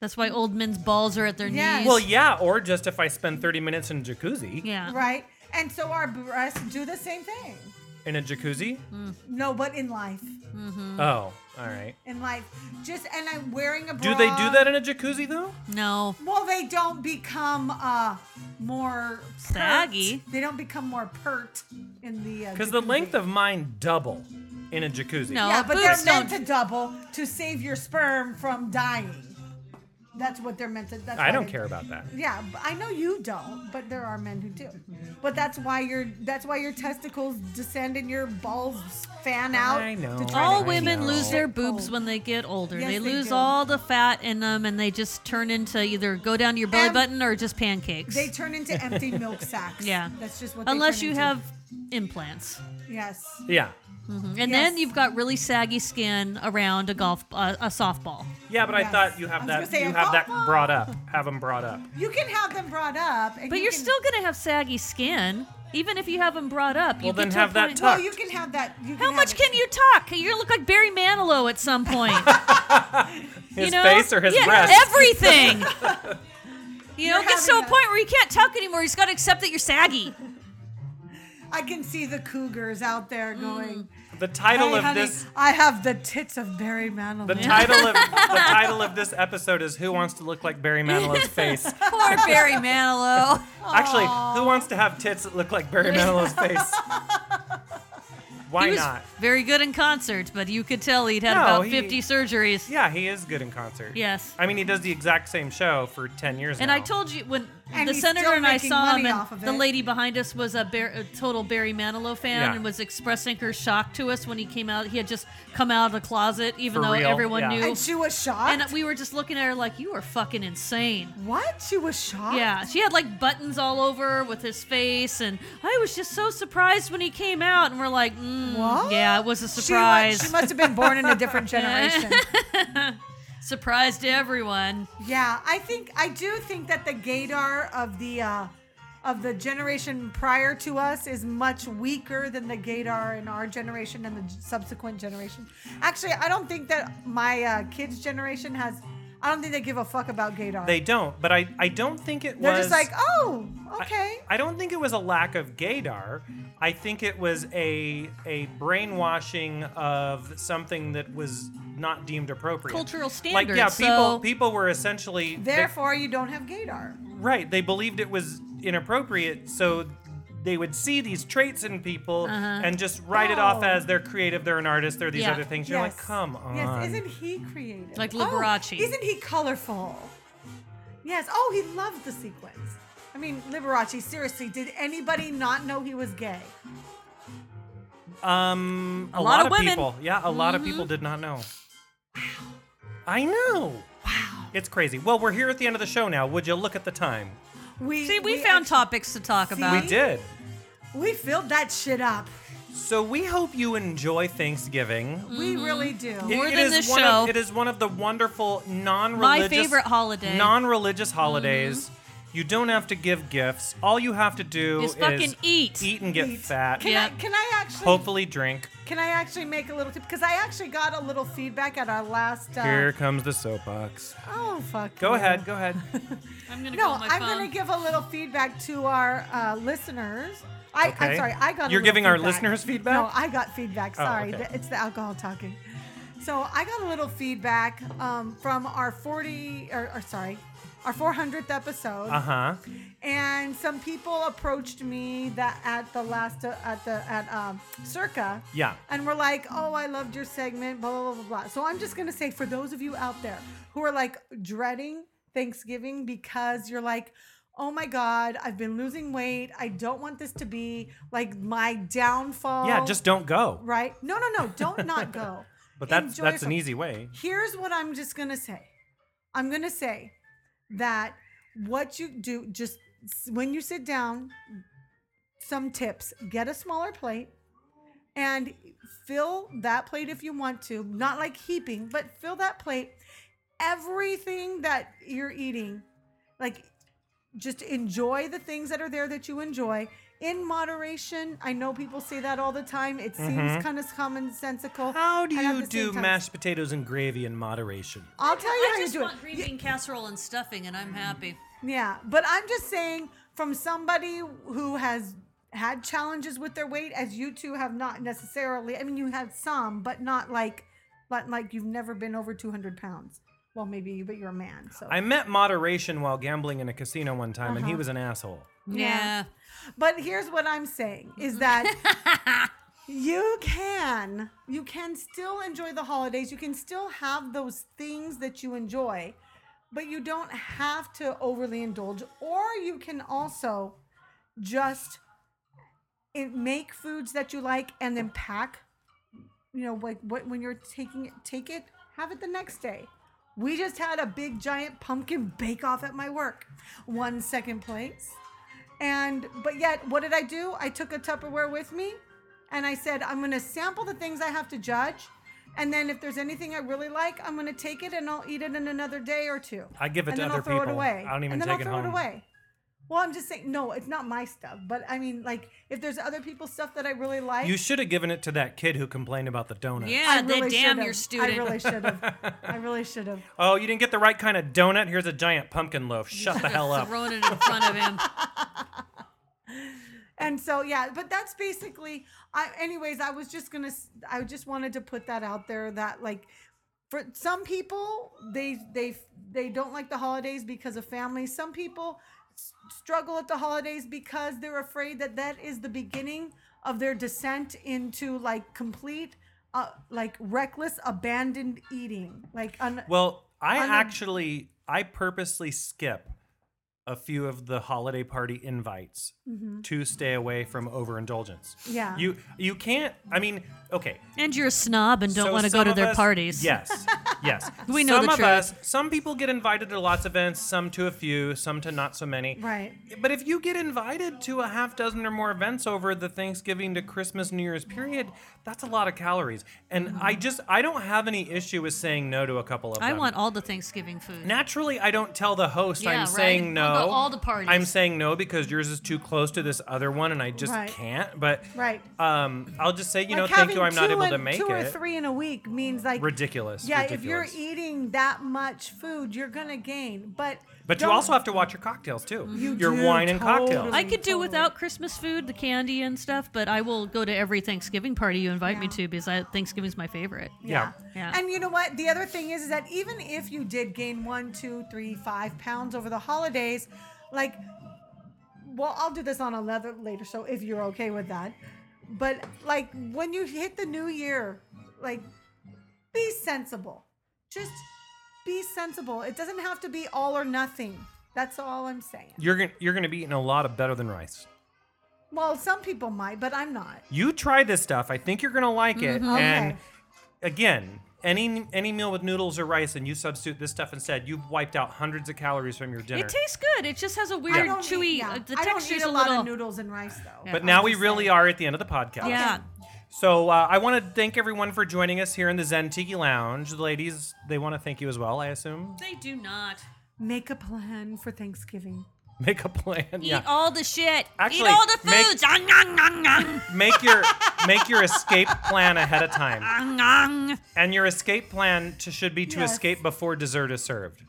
Speaker 2: That's why old men's balls are at their
Speaker 3: Yes.
Speaker 2: knees.
Speaker 1: well, yeah, or just if I spend 30 minutes in jacuzzi.
Speaker 2: yeah.
Speaker 3: Right. And so our breasts do the same thing.
Speaker 1: In a jacuzzi?
Speaker 3: No, but in life,
Speaker 1: Oh, all right.
Speaker 3: in life, just and I'm wearing a bra.
Speaker 1: Do they do that in a jacuzzi though?
Speaker 2: No.
Speaker 3: Well, they don't become uh more pert.
Speaker 2: Saggy.
Speaker 3: They don't become more pert in the. uh,
Speaker 1: Because the length of mine double in a jacuzzi.
Speaker 2: No.
Speaker 3: Yeah,
Speaker 2: Oh,
Speaker 3: but they're
Speaker 2: boobs
Speaker 3: meant
Speaker 2: don't-
Speaker 3: to double to save your sperm from dying. That's what they're meant to. That's
Speaker 1: I
Speaker 3: why
Speaker 1: don't
Speaker 3: they-
Speaker 1: care about that.
Speaker 3: Yeah, b- I know you don't, but there are men who do. But that's why your that's why your testicles descend and your balls fan out.
Speaker 1: I know.
Speaker 3: to try to
Speaker 2: All
Speaker 1: I
Speaker 3: keep
Speaker 2: women
Speaker 1: know.
Speaker 3: you
Speaker 2: lose their boobs
Speaker 3: cold.
Speaker 2: when they get older.
Speaker 3: Oh. Yes,
Speaker 2: they
Speaker 3: they
Speaker 2: lose
Speaker 3: do.
Speaker 2: all the fat in them and they just turn into either go down to your belly
Speaker 3: Em-
Speaker 2: button or just pancakes.
Speaker 3: They turn into empty milk sacks.
Speaker 2: Yeah.
Speaker 3: that's just what. they
Speaker 2: Unless
Speaker 3: turn
Speaker 2: you
Speaker 3: into.
Speaker 2: have implants. Mm-hmm.
Speaker 3: yes,
Speaker 1: Yeah.
Speaker 2: And then
Speaker 3: Yes.
Speaker 2: you've got really saggy skin around a golf uh, a softball.
Speaker 1: Yeah, but I
Speaker 3: Yes.
Speaker 1: thought you
Speaker 3: I
Speaker 1: have
Speaker 3: was gonna
Speaker 1: that
Speaker 3: say,
Speaker 1: you
Speaker 3: I
Speaker 1: have that
Speaker 3: thought-
Speaker 1: brought up. Have them brought up.
Speaker 3: you can have them brought up, and
Speaker 2: But
Speaker 3: you
Speaker 2: you're
Speaker 3: can-
Speaker 2: still going to have saggy skin even if you have them brought up. you
Speaker 1: Well,
Speaker 2: get
Speaker 1: then
Speaker 2: to a
Speaker 1: have that
Speaker 2: point-
Speaker 1: tucked.
Speaker 3: Well, you can have that. You
Speaker 2: How
Speaker 3: have
Speaker 2: much
Speaker 3: it.
Speaker 2: can you talk? You look like Barry Manilow at some point.
Speaker 1: His
Speaker 2: you know?
Speaker 1: face or his
Speaker 2: yeah,
Speaker 1: breast.
Speaker 2: Everything. you know,
Speaker 3: You're
Speaker 2: it gets to a
Speaker 3: having
Speaker 2: point
Speaker 3: that-
Speaker 2: where you can't tuck anymore. You just got to accept that you're saggy.
Speaker 3: I can see the cougars out there
Speaker 2: Mm.
Speaker 3: going.
Speaker 1: the title
Speaker 3: "Hey,
Speaker 1: of
Speaker 3: honey,
Speaker 1: this
Speaker 3: I have the tits of Barry Manilow.
Speaker 1: the title of the title of this episode is Who Wants to Look Like Barry Manilow's Face?
Speaker 2: Poor Barry Manilow.
Speaker 1: Actually, who wants to have tits that look like Barry Manilow's face? Why
Speaker 2: he was
Speaker 1: not?
Speaker 2: very good in concert, but you could tell he'd had
Speaker 1: No,
Speaker 2: about
Speaker 1: he-
Speaker 2: 50 surgeries.
Speaker 1: Yeah, he is good in concert.
Speaker 2: Yes.
Speaker 1: I mean, he does the exact same show for 10 years
Speaker 2: And
Speaker 1: now.
Speaker 2: I told you when
Speaker 3: And
Speaker 2: the
Speaker 3: he's
Speaker 2: senator
Speaker 3: still
Speaker 2: and I
Speaker 3: making
Speaker 2: saw him,
Speaker 3: money
Speaker 2: and
Speaker 3: off of
Speaker 2: the
Speaker 3: it.
Speaker 2: lady behind us was a, Bar- a total Barry Manilow fan
Speaker 1: Yeah.
Speaker 2: and was expressing her shock to us when he came out. He had just come out of the closet, even
Speaker 1: For
Speaker 2: though
Speaker 1: real,
Speaker 2: everyone
Speaker 1: yeah.
Speaker 2: knew.
Speaker 3: and she was shocked.
Speaker 2: And we were just looking at her like, "You are fucking insane."
Speaker 3: what? She was shocked.
Speaker 2: Yeah, she had like buttons all over with his face, and I was just so surprised when he came out. And we're like, mm,
Speaker 3: What?
Speaker 2: "Yeah, it was a
Speaker 3: She, wa-
Speaker 2: surprise.
Speaker 3: she must have been born in a different generation.
Speaker 2: surprise to everyone."
Speaker 3: yeah, I think I do think that the gaydar of the uh, of the generation prior to us is much weaker than the gaydar in our generation and the subsequent generation. Actually, I don't think that my uh, kids' generation has. I don't think they give a fuck about gaydar.
Speaker 1: They don't, but I, I don't think it
Speaker 3: They're
Speaker 1: was.
Speaker 3: just like, oh, okay.
Speaker 1: I don't think it was a lack of gaydar. I think it was a a brainwashing of something that was not deemed appropriate.
Speaker 2: Cultural
Speaker 1: Like yeah,
Speaker 2: standards,
Speaker 1: people
Speaker 2: so-
Speaker 1: people were essentially they-
Speaker 3: Therefore, you don't have gaydar.
Speaker 1: right. They believed it was inappropriate, so they would see these traits in people and just write it off
Speaker 3: Oh.
Speaker 1: as they're creative, they're an artist, they're these
Speaker 2: Uh-huh. Yeah.
Speaker 1: other things. You're like, come on.
Speaker 3: Yes, isn't he creative?
Speaker 2: Like
Speaker 3: Oh,
Speaker 2: Liberace.
Speaker 3: isn't he colorful? Yes. Oh, he loved the sequins. I mean, Liberace, seriously, did anybody not know he was gay?
Speaker 1: Um, a,
Speaker 2: lot of women. Mm-hmm.
Speaker 1: people. Yeah, a lot of people did not know. Wow. I know. Wow. It's crazy. Well, we're here at the end of the show now. Would you look at the time?
Speaker 3: We
Speaker 2: See, we, found
Speaker 3: actually-
Speaker 2: topics to talk about.
Speaker 1: We did.
Speaker 3: We filled that shit up.
Speaker 1: So we hope you enjoy Thanksgiving.
Speaker 3: We
Speaker 2: Mm-hmm.
Speaker 3: really do.
Speaker 1: It-
Speaker 2: More
Speaker 1: it
Speaker 2: than
Speaker 1: is
Speaker 2: this
Speaker 1: one
Speaker 2: show.
Speaker 1: Of, it is one of the wonderful non-religious,
Speaker 2: favorite holiday.
Speaker 1: non-religious holidays. You don't have to give gifts. All you have to do
Speaker 2: Just
Speaker 1: is
Speaker 2: fucking eat.
Speaker 1: eat and get
Speaker 3: Eat.
Speaker 1: fat.
Speaker 3: Can
Speaker 2: Yeah.
Speaker 3: I can I actually
Speaker 1: Hopefully, drink.
Speaker 3: can I actually make a little tip? Because I actually got a little feedback at our last. Uh,
Speaker 1: Here comes the soapbox.
Speaker 3: Oh fuck.
Speaker 1: Go
Speaker 3: you.
Speaker 1: ahead. Go ahead.
Speaker 2: I'm gonna
Speaker 3: No,
Speaker 2: call my
Speaker 3: I'm
Speaker 2: phone.
Speaker 3: gonna give a little feedback to our uh, listeners. I, I'm
Speaker 1: Okay.
Speaker 3: sorry, I got. a
Speaker 1: You're
Speaker 3: little
Speaker 1: giving our
Speaker 3: feedback.
Speaker 1: listeners feedback?
Speaker 3: No, I got feedback.
Speaker 1: Oh,
Speaker 3: Sorry,
Speaker 1: okay.
Speaker 3: The- it's the alcohol talking. So I got a little feedback um, from our 40, or, or sorry, our 400th episode,
Speaker 1: Uh huh.
Speaker 3: and some people approached me that at the last uh, at the at um, Circa.
Speaker 1: Yeah.
Speaker 3: And we're like, oh, I loved your segment, blah, blah, blah, blah, blah. So I'm just going to say for those of you out there who are like dreading Thanksgiving because you're like, oh my God, I've been losing weight. I don't want this to be like my downfall.
Speaker 1: Yeah. Just don't go.
Speaker 3: Right? No, no, no. Don't not go.
Speaker 1: But that's
Speaker 3: Enjoy
Speaker 1: that's an
Speaker 3: yourself.
Speaker 1: easy way.
Speaker 3: Here's what I'm just going to say I'm going to say that what you do, just s- when you sit down, some tips get a smaller plate and fill that plate if you want to, not like heaping, but fill that plate. Everything that you're eating, like just enjoy the things that are there that you enjoy in moderation. I know people say that all the time. It seems kind of commonsensical.
Speaker 1: Mm-hmm. How do
Speaker 3: and at
Speaker 1: you
Speaker 3: the same
Speaker 1: do
Speaker 3: time-
Speaker 1: mashed potatoes and gravy in moderation?
Speaker 3: I'll tell you
Speaker 2: I
Speaker 3: how you
Speaker 2: just
Speaker 3: do
Speaker 2: want
Speaker 3: it.
Speaker 2: green bean casserole and stuffing, and I'm happy.
Speaker 3: Yeah, but I'm just saying from somebody who has had challenges with their weight, as you two have not necessarily. I mean, you had some, but not like, but like you've never been over 200 pounds. Well, maybe you, but you're a man, so.
Speaker 1: I met moderation while gambling in a casino one time,
Speaker 3: Uh-huh.
Speaker 1: and he was an asshole.
Speaker 3: Yeah. but here's what I'm saying is that
Speaker 2: Yeah.
Speaker 3: you can you can still enjoy the holidays you can still have those things that you enjoy but you don't have to overly indulge or you can also just in- make foods that you like and then pack you know like what when you're taking it take it have it the next day we just had a big giant pumpkin bake off at my work one second place and but yet what did i do i took a tupperware with me and i said i'm going to sample the things i have to judge and then if there's anything i really like i'm going to take it and i'll eat it in another day or two
Speaker 1: I give it
Speaker 3: and
Speaker 1: to
Speaker 3: then
Speaker 1: other
Speaker 3: i'll throw it
Speaker 1: people.
Speaker 3: away
Speaker 1: I don't even
Speaker 3: and then
Speaker 1: take it
Speaker 3: i'll throw
Speaker 1: home.
Speaker 3: it away well i'm just saying no it's not my stuff but i mean like if there's other people's stuff that i really like
Speaker 1: You should have given it to that kid who complained about the donut.
Speaker 2: Yeah,
Speaker 3: I
Speaker 2: they
Speaker 3: really
Speaker 2: damn
Speaker 3: should've.
Speaker 2: your student.
Speaker 3: I really should have. I really should have.
Speaker 1: Oh, you didn't get the right kind of donut? Here's a giant pumpkin loaf. Shut the hell up.
Speaker 2: Thrown it in front of him.
Speaker 3: And so yeah, but that's basically. I anyways, I was just gonna. s- I just wanted to put that out there that like, for some people, they they they don't like the holidays because of family. Some people s- struggle at the holidays because they're afraid that that is the beginning of their descent into like complete. Uh, like reckless abandoned eating like un-
Speaker 1: Well, I
Speaker 3: On the-
Speaker 1: actually, I purposely skip a few of the holiday party invites to stay away from overindulgence.
Speaker 3: Mm-hmm. Yeah.
Speaker 1: You you can't. I mean, okay.
Speaker 2: And you're a snob and don't
Speaker 1: so
Speaker 2: want to go
Speaker 1: some
Speaker 2: to
Speaker 1: of
Speaker 2: their
Speaker 1: us-
Speaker 2: parties.
Speaker 1: Yes. Yes.
Speaker 2: We know
Speaker 1: some
Speaker 2: the
Speaker 1: of
Speaker 2: truth.
Speaker 1: us. Some people get invited to lots of events. Some to a few. Some to not so many.
Speaker 3: right
Speaker 1: But if you get invited to a half dozen or more events over the Thanksgiving to Christmas New Year's period, that's a lot of calories. And I just I don't have any issue with saying no to a couple of
Speaker 2: Mm-hmm. I
Speaker 1: them.
Speaker 2: want all the Thanksgiving food.
Speaker 1: Naturally, I don't tell the host
Speaker 2: Yeah,
Speaker 1: I'm
Speaker 2: right.
Speaker 1: saying no.
Speaker 2: I'll go all the parties.
Speaker 1: I'm saying no because yours is too close to this other one, and I just
Speaker 3: Right.
Speaker 1: can't. But
Speaker 3: Right.
Speaker 1: um, I'll just say you know
Speaker 3: Like
Speaker 1: thank you.
Speaker 3: having
Speaker 1: I'm not
Speaker 3: two
Speaker 1: able to
Speaker 3: and-
Speaker 1: make
Speaker 3: two
Speaker 1: it.
Speaker 3: or three in a week means like
Speaker 1: Ridiculous.
Speaker 3: Yeah, if you're
Speaker 1: Ridiculous.
Speaker 3: eating that much food, you're gonna gain. But
Speaker 1: But you
Speaker 3: don't-
Speaker 1: also have to watch your cocktails too. your
Speaker 3: do,
Speaker 1: wine and cocktails.
Speaker 3: totally.
Speaker 2: I could do without Christmas food, the candy and stuff, but I will go to every Thanksgiving party you invite me to because I, Thanksgiving's my favorite.
Speaker 1: yeah.
Speaker 2: Yeah.
Speaker 3: And you know what? The other thing is, is that even if you did gain one, two, three, five pounds over the holidays, like, well, I'll do this on a leather later, so if you're okay with that. But like when you hit the new year, like, be sensible. Just be sensible. It doesn't have to be all or nothing. That's all I'm saying.
Speaker 1: You're gonna you're gonna be eating a lot of better than rice.
Speaker 3: Well, some people might, but I'm not.
Speaker 1: you try this stuff. I think you're gonna like it. And
Speaker 3: Mm-hmm. Okay.
Speaker 1: again, any any meal with noodles or rice, and you substitute this stuff instead, you've wiped out hundreds of calories from your dinner.
Speaker 2: It tastes good. It just has a
Speaker 3: I
Speaker 2: weird
Speaker 3: don't
Speaker 2: chewy.
Speaker 3: eat- yeah.
Speaker 2: uh, the
Speaker 3: I don't
Speaker 2: texture's
Speaker 3: eat a, lot
Speaker 2: little.
Speaker 3: of noodles and rice though.
Speaker 1: but now
Speaker 3: I'm
Speaker 1: we
Speaker 3: just
Speaker 1: really
Speaker 3: saying.
Speaker 1: are at the end of the podcast.
Speaker 2: Yeah.
Speaker 1: So uh, I want to thank everyone for joining us here in the Zen Tiki Lounge. The ladies, they want to thank you as well, I assume.
Speaker 2: They do not.
Speaker 3: Make a plan for Thanksgiving.
Speaker 1: Make a plan.
Speaker 4: Eat
Speaker 1: yeah.
Speaker 4: all the shit.
Speaker 1: Actually,
Speaker 4: Eat all the
Speaker 1: make-
Speaker 4: foods. Ang, ang, ang, ang,
Speaker 1: Make your make your escape plan ahead of time.
Speaker 4: ang, ang.
Speaker 1: And your escape plan to, should be to
Speaker 3: Yes.
Speaker 1: escape before dessert is served.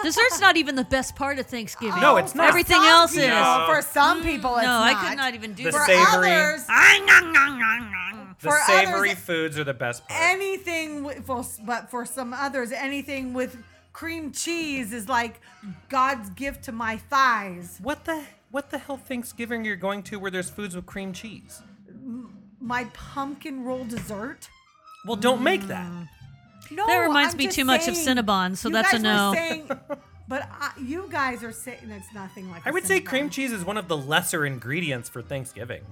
Speaker 2: Dessert's not even the best part of Thanksgiving.
Speaker 1: No, it's not.
Speaker 4: Everything else is.
Speaker 1: No.
Speaker 3: for some people, it's
Speaker 2: Mm. No, I
Speaker 3: not.
Speaker 2: could not even do
Speaker 1: The
Speaker 3: For
Speaker 2: that. Ah,
Speaker 1: same- Savory.
Speaker 3: others,
Speaker 4: Ang, ang, ang, ang, ang.
Speaker 1: The
Speaker 3: For others,
Speaker 1: savory foods are the best part.
Speaker 3: anything with, for, but for some others, anything with cream cheese is like God's gift to my thighs.
Speaker 1: what the what the hell Thanksgiving you're going to where there's foods with cream cheese?
Speaker 3: My pumpkin roll dessert.
Speaker 1: Well, don't make that.
Speaker 3: Mm, No,
Speaker 2: That reminds
Speaker 3: I'm
Speaker 2: me
Speaker 3: just
Speaker 2: too much of
Speaker 3: saying-
Speaker 2: Cinnabon, so
Speaker 3: you
Speaker 2: that's a
Speaker 3: guys were
Speaker 2: no.
Speaker 3: saying- but I, you guys are saying that's nothing like.
Speaker 1: I
Speaker 3: a
Speaker 1: would say
Speaker 3: Cinnabon.
Speaker 1: cream cheese is one of the lesser ingredients for Thanksgiving.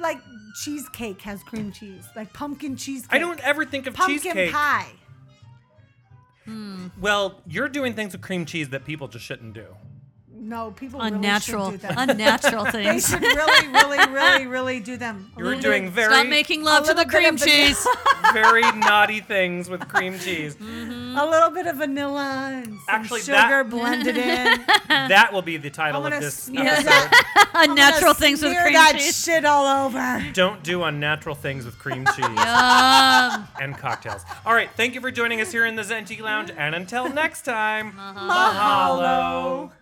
Speaker 3: Like cheesecake has cream cheese, like pumpkin cheesecake.
Speaker 1: I don't ever think of
Speaker 3: pumpkin
Speaker 1: cheesecake.
Speaker 3: pie.
Speaker 1: Well, you're doing things with cream cheese that people just shouldn't do.
Speaker 3: No, people really should
Speaker 2: Unnatural,
Speaker 3: do that.
Speaker 2: unnatural
Speaker 3: They
Speaker 2: things.
Speaker 3: should really, really, really, really do them.
Speaker 1: You're doing very
Speaker 2: Stop making love to
Speaker 3: little
Speaker 2: the
Speaker 3: bit
Speaker 2: cream
Speaker 3: of vanilla.
Speaker 2: cheese.
Speaker 1: very naughty things with cream cheese.
Speaker 3: A little bit of vanilla and some
Speaker 1: Actually,
Speaker 3: sugar
Speaker 1: that-
Speaker 3: blended in.
Speaker 1: That will be the title
Speaker 3: I'm
Speaker 1: of
Speaker 3: gonna
Speaker 1: this
Speaker 3: smear
Speaker 1: episode.
Speaker 3: that. I'm gonna
Speaker 2: Unnatural things with
Speaker 3: smear
Speaker 2: cream
Speaker 3: that
Speaker 2: cheese.
Speaker 3: shit all over.
Speaker 1: Don't do unnatural things with cream cheese
Speaker 2: Um,
Speaker 1: and cocktails. All right, thank you for joining us here in the Zenji Lounge, and until next time,
Speaker 3: Mahalo.
Speaker 1: mahalo.